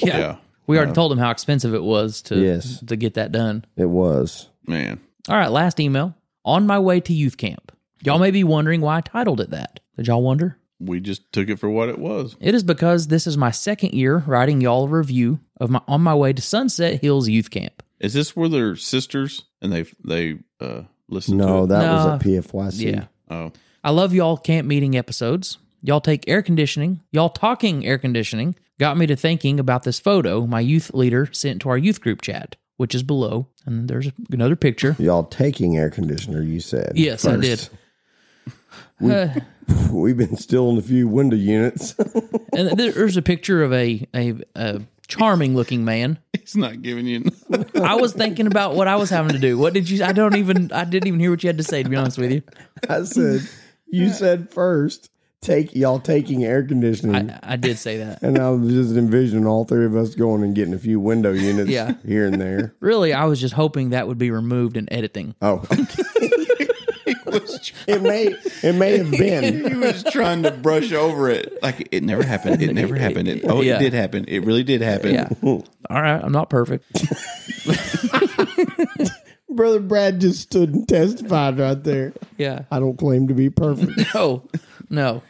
Speaker 4: Yeah.
Speaker 1: yeah.
Speaker 4: We already told them how expensive it was to
Speaker 6: Yes.
Speaker 4: to get that done.
Speaker 6: it was.
Speaker 1: Man.
Speaker 4: All right, last email. On my way to youth camp. Y'all may be wondering why I titled it that. Did y'all wonder?
Speaker 1: We just took it for what it was.
Speaker 4: It is because this is my second year writing y'all a review of my on my way to Sunset Hills Youth Camp.
Speaker 1: Is this where they're sisters and they they uh listen
Speaker 6: No,
Speaker 1: to
Speaker 6: that
Speaker 4: No.
Speaker 6: was at PFYC.
Speaker 4: Yeah.
Speaker 1: it? Oh.
Speaker 4: I love y'all camp meeting episodes. Y'all take air conditioning. Y'all talking air conditioning got me to thinking about this photo my youth leader sent to our youth group chat, which is below. And there's another picture.
Speaker 6: Y'all taking air conditioner, you said.
Speaker 4: Yes, I did.
Speaker 6: first.
Speaker 4: Uh,
Speaker 6: We've been stealing a few window units.
Speaker 4: and there's a picture of a a, a charming looking man.
Speaker 1: He's not giving you
Speaker 4: I was thinking about what I was having to do. What did you? I don't even. I didn't even hear what you had to say. To be honest with you,
Speaker 6: I said, you said first, take y'all taking air conditioning.
Speaker 4: I, I did say that.
Speaker 6: and I was just envisioning all three of us going and getting a few window units
Speaker 4: Yeah.
Speaker 6: here and there.
Speaker 4: Really, I was just hoping that would be removed in editing.
Speaker 6: Oh, okay. it may it may have been.
Speaker 1: He was trying to brush over it. Like it never happened. It never happened. It, oh,
Speaker 4: Yeah.
Speaker 1: it did happen. It really did happen.
Speaker 4: Yeah. All right, I'm not perfect.
Speaker 6: Brother Brad just stood and testified right there.
Speaker 4: Yeah.
Speaker 6: I don't claim to be perfect.
Speaker 4: No, no.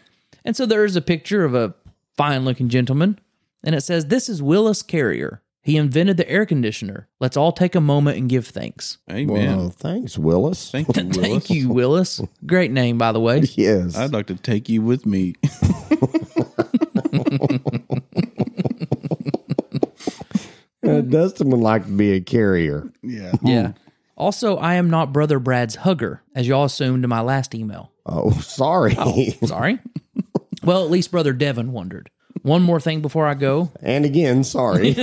Speaker 4: And so there's a picture of a fine looking gentleman, and it says, This is Willis Carrier. He invented the air conditioner. Let's all take a moment and give thanks.
Speaker 1: Amen.
Speaker 6: Well, thanks, Willis.
Speaker 1: Thank you, Willis.
Speaker 4: Thank you, Willis. Great name, by the way.
Speaker 6: yes.
Speaker 1: I'd like to take you with me.
Speaker 6: Uh, Dustin would like to be a carrier.
Speaker 1: Yeah.
Speaker 4: Yeah. Also, I am not Brother Brad's hugger, as y'all assumed in my last email.
Speaker 6: Oh, sorry.
Speaker 4: Sorry. well, at least Brother Devin wondered. One more thing before I go.
Speaker 6: and again, sorry.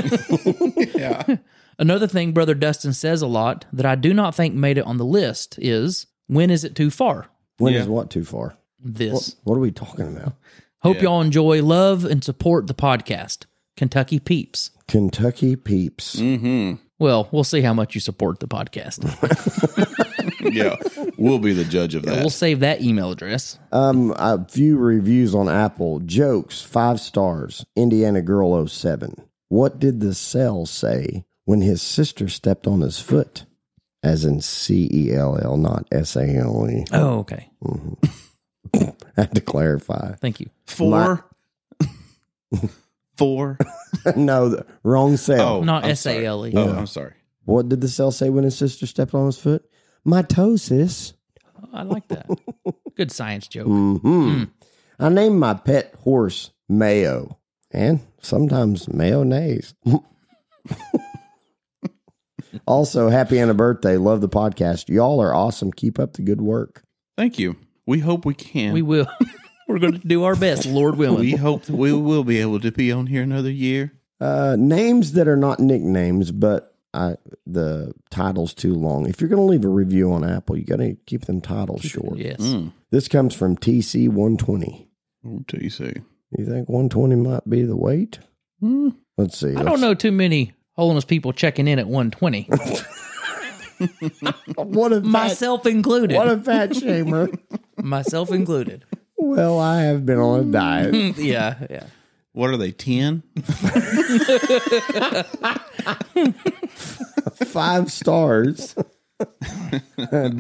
Speaker 4: Another thing Brother Dustin says a lot that I do not think made it on the list is when is it too far?
Speaker 6: When is
Speaker 1: Yeah.
Speaker 6: what too far?
Speaker 4: This.
Speaker 6: What are we talking about?
Speaker 4: Hope y'all enjoy, love, and support the podcast, Kentucky Peeps.
Speaker 6: Kentucky peeps.
Speaker 4: Well, we'll see how much you support the podcast.
Speaker 1: Yeah. We'll be the judge of that.
Speaker 4: we'll save that email address.
Speaker 6: Um, a few reviews on Apple. Jokes, five stars. Indiana Girl 07. What did the cell say when his sister stepped on his foot? As in C E L L, not S A L E.
Speaker 4: Oh, okay.
Speaker 6: I had to clarify.
Speaker 4: Thank you.
Speaker 1: Four.
Speaker 6: My-
Speaker 1: Four.
Speaker 6: no, the- wrong cell.
Speaker 1: Oh,
Speaker 4: Not
Speaker 1: I'm
Speaker 4: S
Speaker 1: sorry.
Speaker 4: A L E.
Speaker 1: Oh, I'm sorry.
Speaker 6: What did the cell say when his sister stepped on his foot? Mitosis.
Speaker 4: Oh, I like that. Good science joke.
Speaker 6: Mm-hmm. I named my pet horse Mayo and sometimes mayonnaise. also, happy Anna birthday. Love the podcast. Y'all are awesome. Keep up the good work.
Speaker 1: Thank you. We hope we can.
Speaker 4: We will. We're going to do our best, Lord willing.
Speaker 1: we hope that we will be able to be on here another year.
Speaker 6: Uh, names that are not nicknames, but I, the title's too long. If you're going to leave a review on Apple, you got to keep them titles short.
Speaker 4: Yes.
Speaker 6: This comes from TC120.
Speaker 1: What do you say?
Speaker 6: You think 120 might be the weight? Let's see.
Speaker 4: Hmm. I don't know too many holiness people checking in at 120,
Speaker 6: What a fat,
Speaker 4: myself included.
Speaker 6: what a fat shamer.
Speaker 4: myself included.
Speaker 6: Well, I have been on a diet.
Speaker 4: Yeah, yeah.
Speaker 1: What are they? Ten?
Speaker 6: Five stars.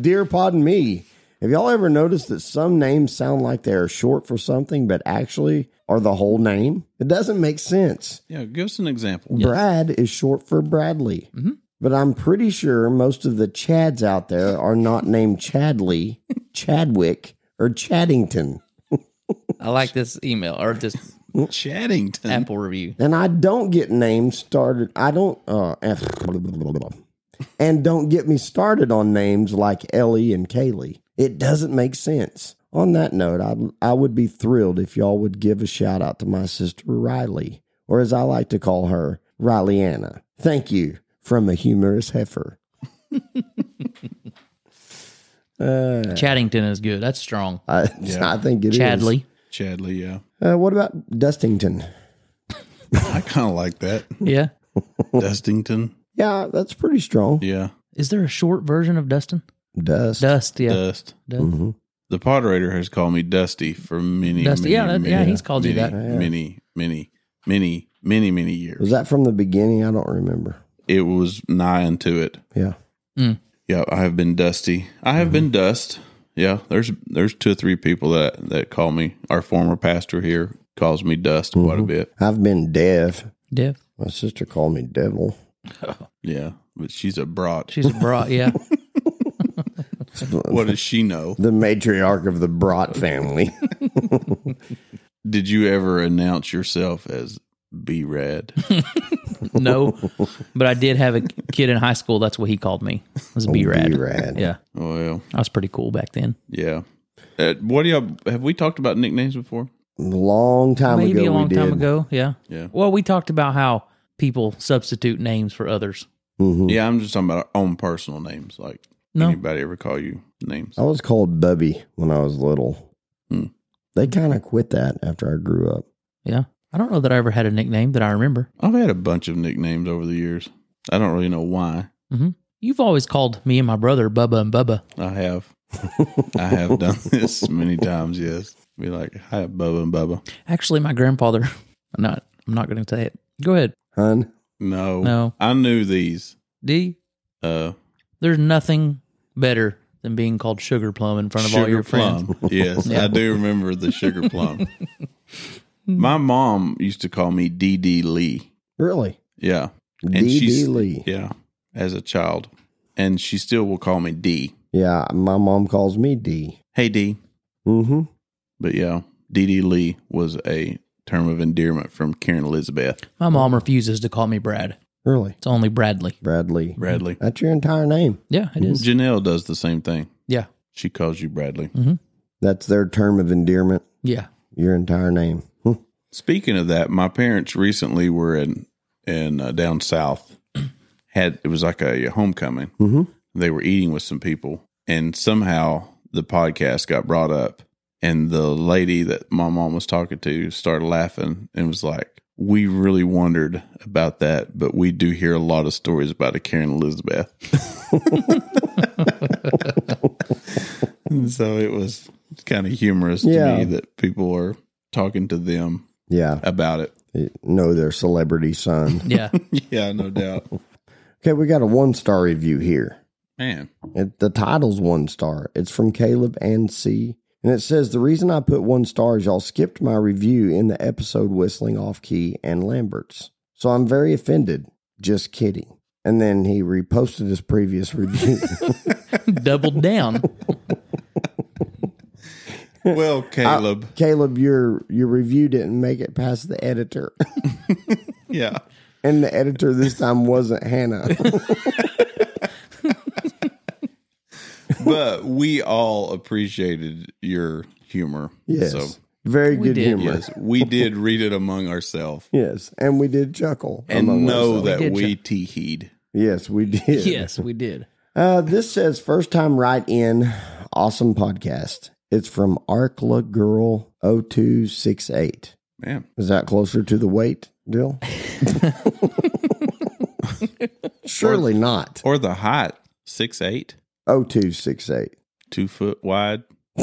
Speaker 6: Dear Pod and Me, have y'all ever noticed that some names sound like they are short for something, but actually are the whole name? It doesn't make sense.
Speaker 1: Yeah. Give us an example.
Speaker 6: Brad is short for Bradley, but I'm pretty sure most of the Chads out there are not named Chadley, Chadwick, or Chaddington.
Speaker 4: I like this email or this
Speaker 1: Chattington.
Speaker 4: Apple review.
Speaker 6: and I don't get names started. I don't, uh, and don't get me started on names like Ellie and Kaylee. It doesn't make sense. On that note, I I would be thrilled if y'all would give a shout out to my sister Riley, or as I like to call her, Riley Anna. Thank you from a humorous heifer. uh,
Speaker 4: Chattington is good. That's strong.
Speaker 6: I, I think it is.
Speaker 4: Chadley.
Speaker 1: Chadley. Yeah.
Speaker 6: Uh, what about Dustington?
Speaker 1: I kind of like that.
Speaker 4: Yeah.
Speaker 1: Dustington.
Speaker 6: Yeah, that's pretty strong.
Speaker 1: Yeah.
Speaker 4: Is there a short version of Dustin?
Speaker 6: Dust.
Speaker 4: Dust, yeah.
Speaker 1: Dust.
Speaker 4: Dust.
Speaker 6: hmm
Speaker 1: The Potterator has called me Dusty for many,
Speaker 4: Dusty,
Speaker 1: many,
Speaker 4: yeah, that-
Speaker 1: many,
Speaker 4: yeah, he's called you
Speaker 1: many,
Speaker 4: that.
Speaker 6: Yeah.
Speaker 1: Many, many, many, many, many years.
Speaker 6: Was that from the beginning? I don't remember.
Speaker 1: it was nigh unto it.
Speaker 6: Yeah.
Speaker 1: Yeah, I have been Dusty. I have
Speaker 4: Mm-hmm.
Speaker 1: been Dust. Yeah, there's there's two or three people that that call me. Our former pastor here calls me Dust quite
Speaker 4: Mm-hmm.
Speaker 1: a bit.
Speaker 6: I've been deaf.
Speaker 4: Dev.
Speaker 6: My sister called me devil.
Speaker 1: Yeah, but she's a brat.
Speaker 4: She's a bra, yeah.
Speaker 1: what does she know?
Speaker 6: The matriarch of the Brat family.
Speaker 1: Did you ever announce yourself as B Rad?
Speaker 4: No, but I did have a kid in high school. That's what he called me. Was B rad.
Speaker 6: Oh, B-Rad.
Speaker 4: Yeah,
Speaker 1: well,
Speaker 4: I was pretty cool back then.
Speaker 1: yeah. Uh, what do y'all have we talked about nicknames before?
Speaker 6: A long time
Speaker 4: Maybe
Speaker 6: ago.
Speaker 4: a long
Speaker 6: we
Speaker 4: time
Speaker 6: did.
Speaker 4: ago. Yeah.
Speaker 1: Yeah.
Speaker 4: Well, we talked about how people substitute names for others.
Speaker 6: Mhm.
Speaker 1: Yeah, I'm just talking about our own personal names. Like
Speaker 4: No. Oh.
Speaker 1: anybody ever call you names?
Speaker 6: I was called Bubby when I was little.
Speaker 1: Hmm.
Speaker 6: They kind of quit that after I grew up.
Speaker 4: Yeah. I don't know that I ever had a nickname that I remember.
Speaker 1: I've had a bunch of nicknames over the years. I don't really know why.
Speaker 4: You've always called me and my brother Bubba and Bubba.
Speaker 1: I have. I have done this many times, yes. Be like, hi, Bubba and Bubba.
Speaker 4: Actually, my grandfather. I'm not. I'm not going to say it. Go ahead.
Speaker 6: Hun,
Speaker 1: No.
Speaker 4: No.
Speaker 1: I knew these.
Speaker 4: D.
Speaker 1: Uh,
Speaker 4: There's nothing better than being called Sugar Plum in front of all
Speaker 1: sugar
Speaker 4: your friends.
Speaker 1: plum. Yes, I do remember the sugar plum. My mom used to call me DD Lee.
Speaker 6: really?
Speaker 1: Yeah. And
Speaker 6: D.D.
Speaker 1: she's-
Speaker 6: Lee.
Speaker 1: Yeah. As a child. And she still will call me D.
Speaker 6: Yeah, my mom calls me D.
Speaker 1: Hey, D.
Speaker 6: Mm-hmm.
Speaker 1: But yeah, DD Lee was a term of endearment from Karen Elizabeth
Speaker 4: My mom refuses to call me Brad.
Speaker 6: Really?
Speaker 4: It's only Bradley.
Speaker 6: Bradley.
Speaker 1: Bradley.
Speaker 6: That's your entire name.
Speaker 4: Yeah, it is.
Speaker 1: Janelle does the same thing.
Speaker 4: Yeah,
Speaker 1: She calls you Bradley.
Speaker 6: That's their term of endearment.
Speaker 4: yeah.
Speaker 6: Your entire name. Hmm.
Speaker 1: Speaking of that, my parents recently were in in uh, down south. Had it was like a homecoming.
Speaker 6: Mhm.
Speaker 1: They were eating with some people, and somehow the podcast got brought up. And the lady that my mom was talking to started laughing and was like, "We really wondered about that, but we do hear a lot of stories about a Karen Elizabeth." And so it was kind of humorous to
Speaker 6: Yeah.
Speaker 1: me that people are talking to them
Speaker 6: Yeah.
Speaker 1: about it.
Speaker 6: No, their celebrity son.
Speaker 4: Yeah.
Speaker 1: Yeah, no doubt.
Speaker 6: okay, we got a one star review here.
Speaker 1: Man.
Speaker 6: It, the title's one star. It's from Caleb and C. And it says the reason I put one star is y'all skipped my review in the episode Whistling Off Key and Lambert's. So I'm very offended. Just kidding. And then he reposted his previous review.
Speaker 4: Doubled down.
Speaker 1: Well, Caleb.
Speaker 6: Caleb, your your review didn't make it past the editor.
Speaker 1: yeah.
Speaker 6: and the editor this time wasn't Hannah.
Speaker 1: But we all appreciated your humor.
Speaker 6: yes.
Speaker 1: So,
Speaker 6: very
Speaker 4: We
Speaker 6: good
Speaker 4: did.
Speaker 6: humor.
Speaker 1: yes, we did read it among ourselves
Speaker 6: Yes, and we did chuckle. among
Speaker 1: and know
Speaker 6: ourselves.
Speaker 1: that
Speaker 4: We did
Speaker 1: we tee heed.
Speaker 6: Yes, we did.
Speaker 4: yes, we did.
Speaker 6: Uh, this says first time right in. Awesome podcast. It's from Arkla Girl 0268.
Speaker 1: Man.
Speaker 6: Is that closer to the weight deal? Surely not.
Speaker 1: Or the height, six eight,
Speaker 6: 0268.
Speaker 1: two foot wide,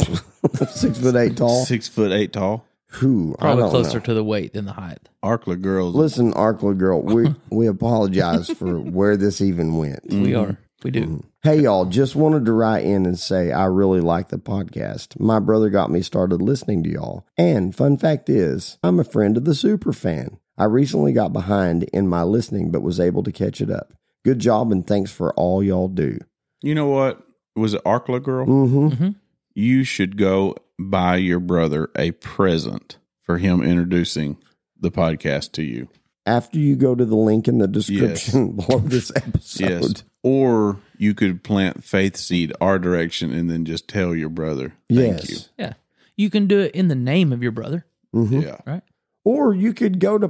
Speaker 6: Six foot eight tall.
Speaker 1: six foot eight tall.
Speaker 6: Who? I
Speaker 4: Probably
Speaker 6: don't
Speaker 4: closer
Speaker 6: know.
Speaker 4: to the weight than the height.
Speaker 1: Arkla girls.
Speaker 6: Listen, Arkla Girl, we, we apologize for where this even went.
Speaker 4: We are. We
Speaker 6: Mm-hmm.
Speaker 4: do.
Speaker 6: Hey, y'all, just wanted to write in and say I really like the podcast. My brother got me started listening to y'all. And fun fact is, I'm a friend of the super fan. I recently got behind in my listening, but was able to catch it up. Good job, and thanks for all y'all do.
Speaker 1: You know what? Was it Arkla girl?
Speaker 6: Mm-hmm.
Speaker 1: You should go buy your brother a present for him introducing the podcast to you.
Speaker 6: After you go to the link in the description below this episode,
Speaker 1: Yes. Or you could plant faith seed our direction and then just tell your brother. Thank
Speaker 6: yes, Mm-hmm.
Speaker 4: Yeah. You can do it in the name of your brother,
Speaker 1: you. Yeah.
Speaker 4: right?
Speaker 6: or you could go to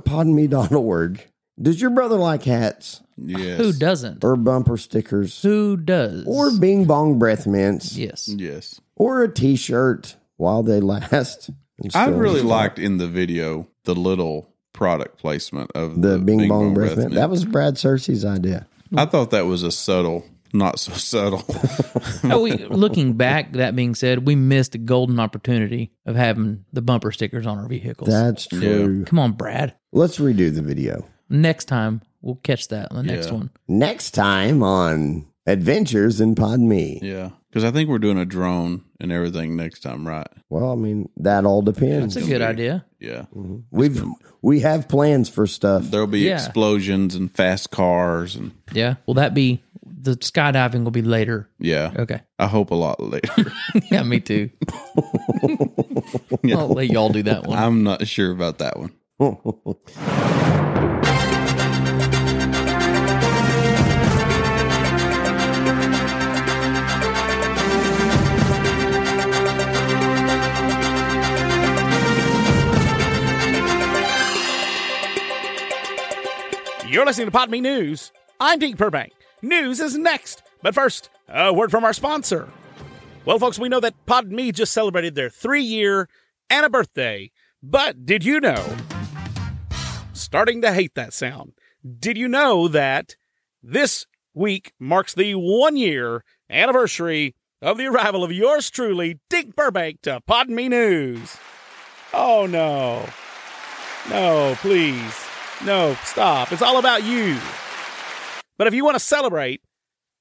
Speaker 6: podme.org. Does your brother like hats
Speaker 1: Yes.
Speaker 4: Who doesn't?
Speaker 6: or bumper stickers
Speaker 4: Who does?
Speaker 6: or Bing Bong breath mints?
Speaker 4: yes.
Speaker 1: Yes.
Speaker 6: or a t-shirt while they last.
Speaker 1: I really liked in the video the little product placement of
Speaker 6: The Bing, Bong, Breath Mint.
Speaker 1: Mint.
Speaker 6: That was Brad Searcy's idea.
Speaker 1: I thought that was a subtle, not so subtle.
Speaker 4: Oh, we, looking back, that being said, we missed a golden opportunity of having the bumper stickers on our vehicles.
Speaker 6: That's true.
Speaker 4: Come on, Brad.
Speaker 6: Let's redo the video.
Speaker 4: Next time we'll catch that on the next
Speaker 1: Yeah.
Speaker 4: one.
Speaker 6: Next time on Adventures in Pod Me.
Speaker 1: yeah, because I think we're doing a drone and everything next time, right?
Speaker 6: Well, I mean, that all depends.
Speaker 4: That's a good idea.
Speaker 1: Yeah,
Speaker 6: Mm-hmm. We've we have plans for stuff.
Speaker 1: there'll be
Speaker 4: Yeah.
Speaker 1: explosions and fast cars and
Speaker 4: Yeah. Will that be the skydiving will be later.
Speaker 1: yeah.
Speaker 4: Okay.
Speaker 1: I hope a lot later.
Speaker 4: Yeah, me too. I'll let y'all do that one.
Speaker 1: I'm not sure about that one.
Speaker 7: You're listening to Pod Me News. I'm Deke Burbank. News is next. But first, a word from our sponsor. Well, folks, we know that Pod Me just celebrated their three year and a birthday. But did you know? Starting to hate that sound. Did you know that this week marks the one year anniversary of the arrival of yours truly, Dink Burbank, to Pod Me News? Oh, no. No, please. No, stop. It's all about you. But if you want to celebrate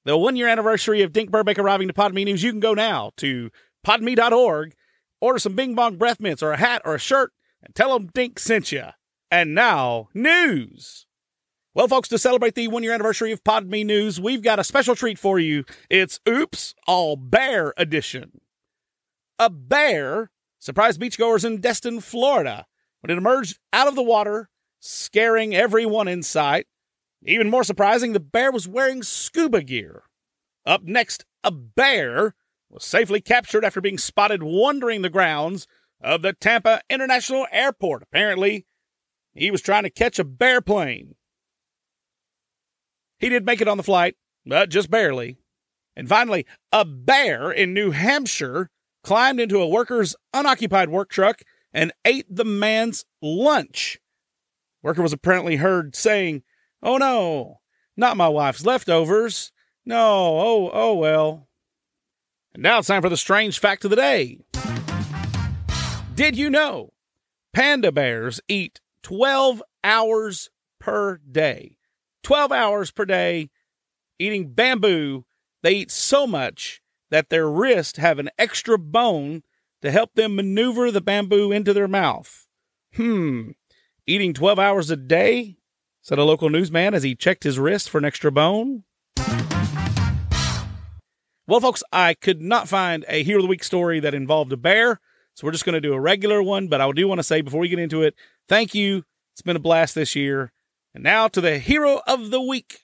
Speaker 7: the one year anniversary of Dink Burbank arriving to Podme News, you can go now to podme.org, order some Bing Bong breath mints or a hat or a shirt, and tell them Dink sent you. And now, news. Well, folks, to celebrate the one year anniversary of Podme News, we've got a special treat for you. It's Oops, All Bear Edition. A bear surprised beachgoers in Destin, Florida when it emerged out of the water, scaring everyone in sight. Even more surprising, the bear was wearing scuba gear. Up next, a bear was safely captured after being spotted wandering the grounds of the Tampa International Airport. Apparently, he was trying to catch a bear plane. He did make it on the flight, but just barely. And finally, a bear in New Hampshire climbed into a worker's unoccupied work truck and ate the man's lunch. Worker was apparently heard saying, Oh no, not my wife's leftovers. No, oh, oh well. And now it's time for the strange fact of the day. Did you know panda bears eat 12 hours per day? 12 hours per day eating bamboo. They eat so much that their wrists have an extra bone to help them maneuver the bamboo into their mouth. Hmm, eating 12 hours a day? said a local newsman as he checked his wrist for an extra bone. Well, folks, I could not find a Hero of the Week story that involved a bear, so we're just going to do a regular one. But I do want to say before we get into it, thank you. It's been a blast this year. And now to the Hero of the Week.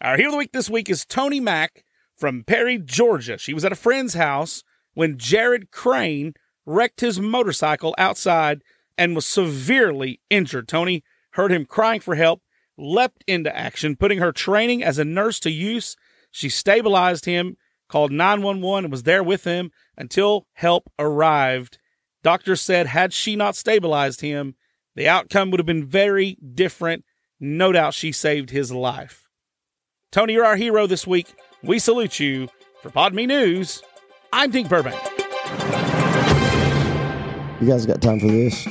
Speaker 7: Our Hero of the Week this week is Tony Mack from Perry, Georgia. She was at a friend's house when Jared Crane wrecked his motorcycle outside and was severely injured. Tony heard him crying for help, leapt into action, putting her training as a nurse to use. She stabilized him, called 911, and was there with him until help arrived. Doctors said, had she not stabilized him, the outcome would have been very different. No doubt she saved his life. Tony, you're our hero this week. We salute you. For Pod Me News, I'm Dink Burbank.
Speaker 6: You guys got time for this?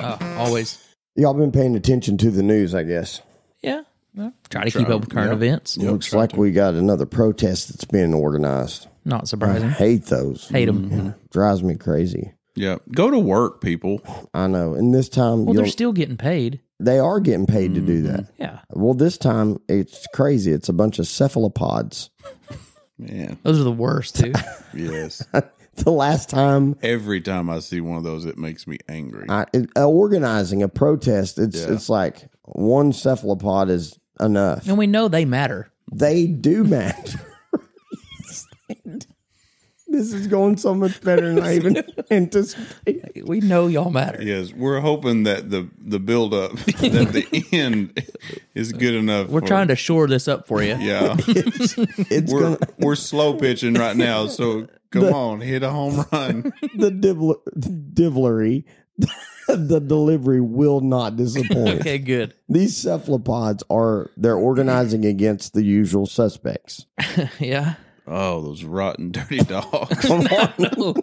Speaker 4: Oh, always.
Speaker 6: Y'all been paying attention to the news, I guess.
Speaker 4: Yeah. Well, try to keep up with current events.
Speaker 6: Looks like we got another protest that's being organized. I
Speaker 4: Not surprising.
Speaker 6: hate those.
Speaker 4: Hate them.
Speaker 6: Mm-hmm. Drives me crazy.
Speaker 1: Yeah, go to work, people.
Speaker 6: I know. And this time,
Speaker 4: Well, they're
Speaker 6: you'll-
Speaker 4: still getting paid.
Speaker 6: they are getting paid to do
Speaker 1: Mm-hmm.
Speaker 6: that.
Speaker 4: Yeah.
Speaker 6: Well, this time it's crazy. It's a bunch of cephalopods.
Speaker 1: Man,
Speaker 4: Those are the worst, too.
Speaker 1: yes.
Speaker 6: The last time
Speaker 1: Every time I see one of those, it makes me angry.
Speaker 6: I, it, uh, organizing a protest, it's
Speaker 1: Yeah.
Speaker 6: it's like one cephalopod is enough.
Speaker 4: and we know they matter.
Speaker 6: They do matter. this is going so much better than I even anticipated.
Speaker 4: We know y'all matter.
Speaker 1: yes, we're hoping that the the build up that the end is good enough.
Speaker 4: We're
Speaker 1: for-
Speaker 4: trying to shore this up for you.
Speaker 1: Yeah,
Speaker 6: It's
Speaker 1: we're
Speaker 6: gonna,
Speaker 1: we're slow pitching right now. So come on, hit a home run.
Speaker 6: the dibbler, dibblery. the delivery will not disappoint.
Speaker 4: Okay, good.
Speaker 6: These cephalopods are they're organizing against the usual suspects.
Speaker 4: yeah.
Speaker 1: Oh, those rotten, dirty dogs.
Speaker 4: No,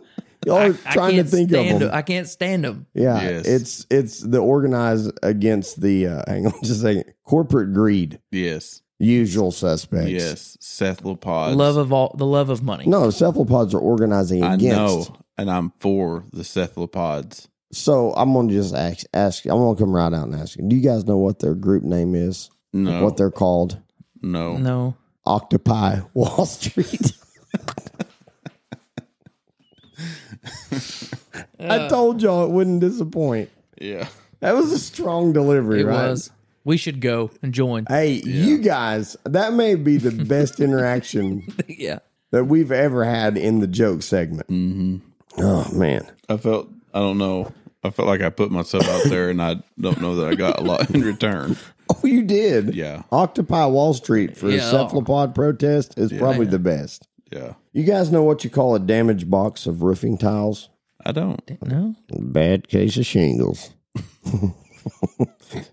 Speaker 6: Y'all are
Speaker 4: I
Speaker 6: trying to
Speaker 4: can't
Speaker 6: think of
Speaker 4: stand
Speaker 6: them.
Speaker 4: 'em. I can't stand them.
Speaker 6: yeah,
Speaker 1: Yes.
Speaker 6: it's it's the organized against the uh, hang on just a second corporate greed.
Speaker 1: yes.
Speaker 6: Usual suspects.
Speaker 1: Yes. Cephalopods.
Speaker 4: Love of all the love of money.
Speaker 6: No, cephalopods are organizing
Speaker 1: I
Speaker 6: against.
Speaker 1: know. And I'm for the cephalopods.
Speaker 6: So I'm gonna just ask ask I'm gonna come right out and ask you. Do you guys know what their group name is?
Speaker 1: No.
Speaker 6: What they're called?
Speaker 1: no.
Speaker 4: No.
Speaker 6: Octopi Wall Street. I told y'all it wouldn't disappoint.
Speaker 1: Yeah.
Speaker 6: That was a strong delivery,
Speaker 4: It
Speaker 6: right?
Speaker 4: was. We should go and join.
Speaker 6: Hey, you guys, that may be the best interaction
Speaker 4: yeah.
Speaker 6: that we've ever had in the joke segment. Mm-hmm. Oh man,
Speaker 1: I felt, I don't know. I felt like I put myself out there and I don't know that I got a lot in return.
Speaker 6: oh you did,
Speaker 1: Yeah.
Speaker 6: Octopi Wall Street for
Speaker 4: Yeah.
Speaker 6: a cephalopod protest is probably the best.
Speaker 1: Yeah.
Speaker 6: You guys know what you call a damaged box of roofing tiles?
Speaker 1: I don't.
Speaker 4: No.
Speaker 6: Bad case of shingles.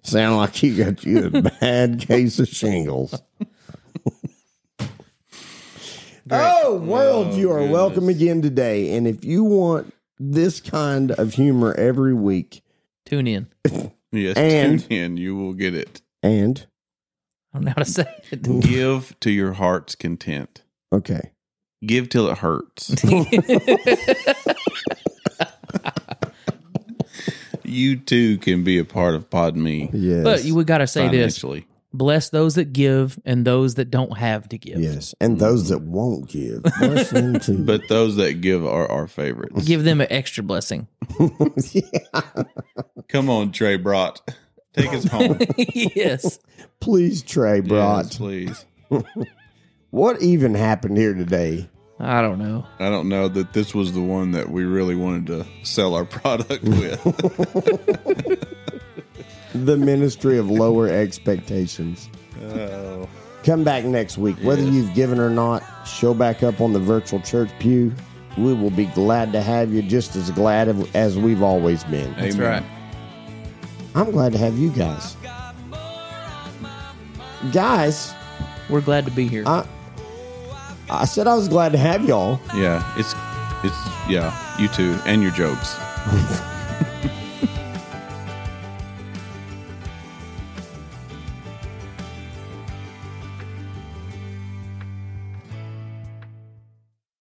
Speaker 6: Sound like you got you a bad case of shingles. oh, world, you are welcome again today. And if you want this kind of humor every week
Speaker 4: Tune in.
Speaker 1: Yes.
Speaker 6: And-
Speaker 1: tune in. You will get it.
Speaker 6: and
Speaker 4: I don't know how to say it.
Speaker 1: Give to your heart's content.
Speaker 6: okay.
Speaker 1: Give till it hurts. you too can be a part of Pod Me.
Speaker 6: Yes.
Speaker 4: But you we gotta say this.
Speaker 1: financially.
Speaker 4: Bless those that give and those that don't have to give.
Speaker 6: yes. And those that won't give. Bless them too.
Speaker 1: But those that give are our favorites.
Speaker 4: Give them an extra blessing.
Speaker 1: Come on, Trey Brott. Take us home.
Speaker 4: yes.
Speaker 6: please, Trey Brott.
Speaker 1: Yes, please.
Speaker 6: What even happened here today?
Speaker 4: I don't know.
Speaker 1: I don't know that this was the one that we really wanted to sell our product with.
Speaker 6: the ministry of lower expectations. Come back next week. Whether you've given or not, show back up on the virtual church pew. We will be glad to have you, just as glad of- as we've always been.
Speaker 1: That's
Speaker 6: I'm glad to have you guys. Guys,
Speaker 4: We're glad to be here.
Speaker 6: I, I said I was glad to have y'all.
Speaker 1: Yeah, it's it's yeah, you too and your jokes.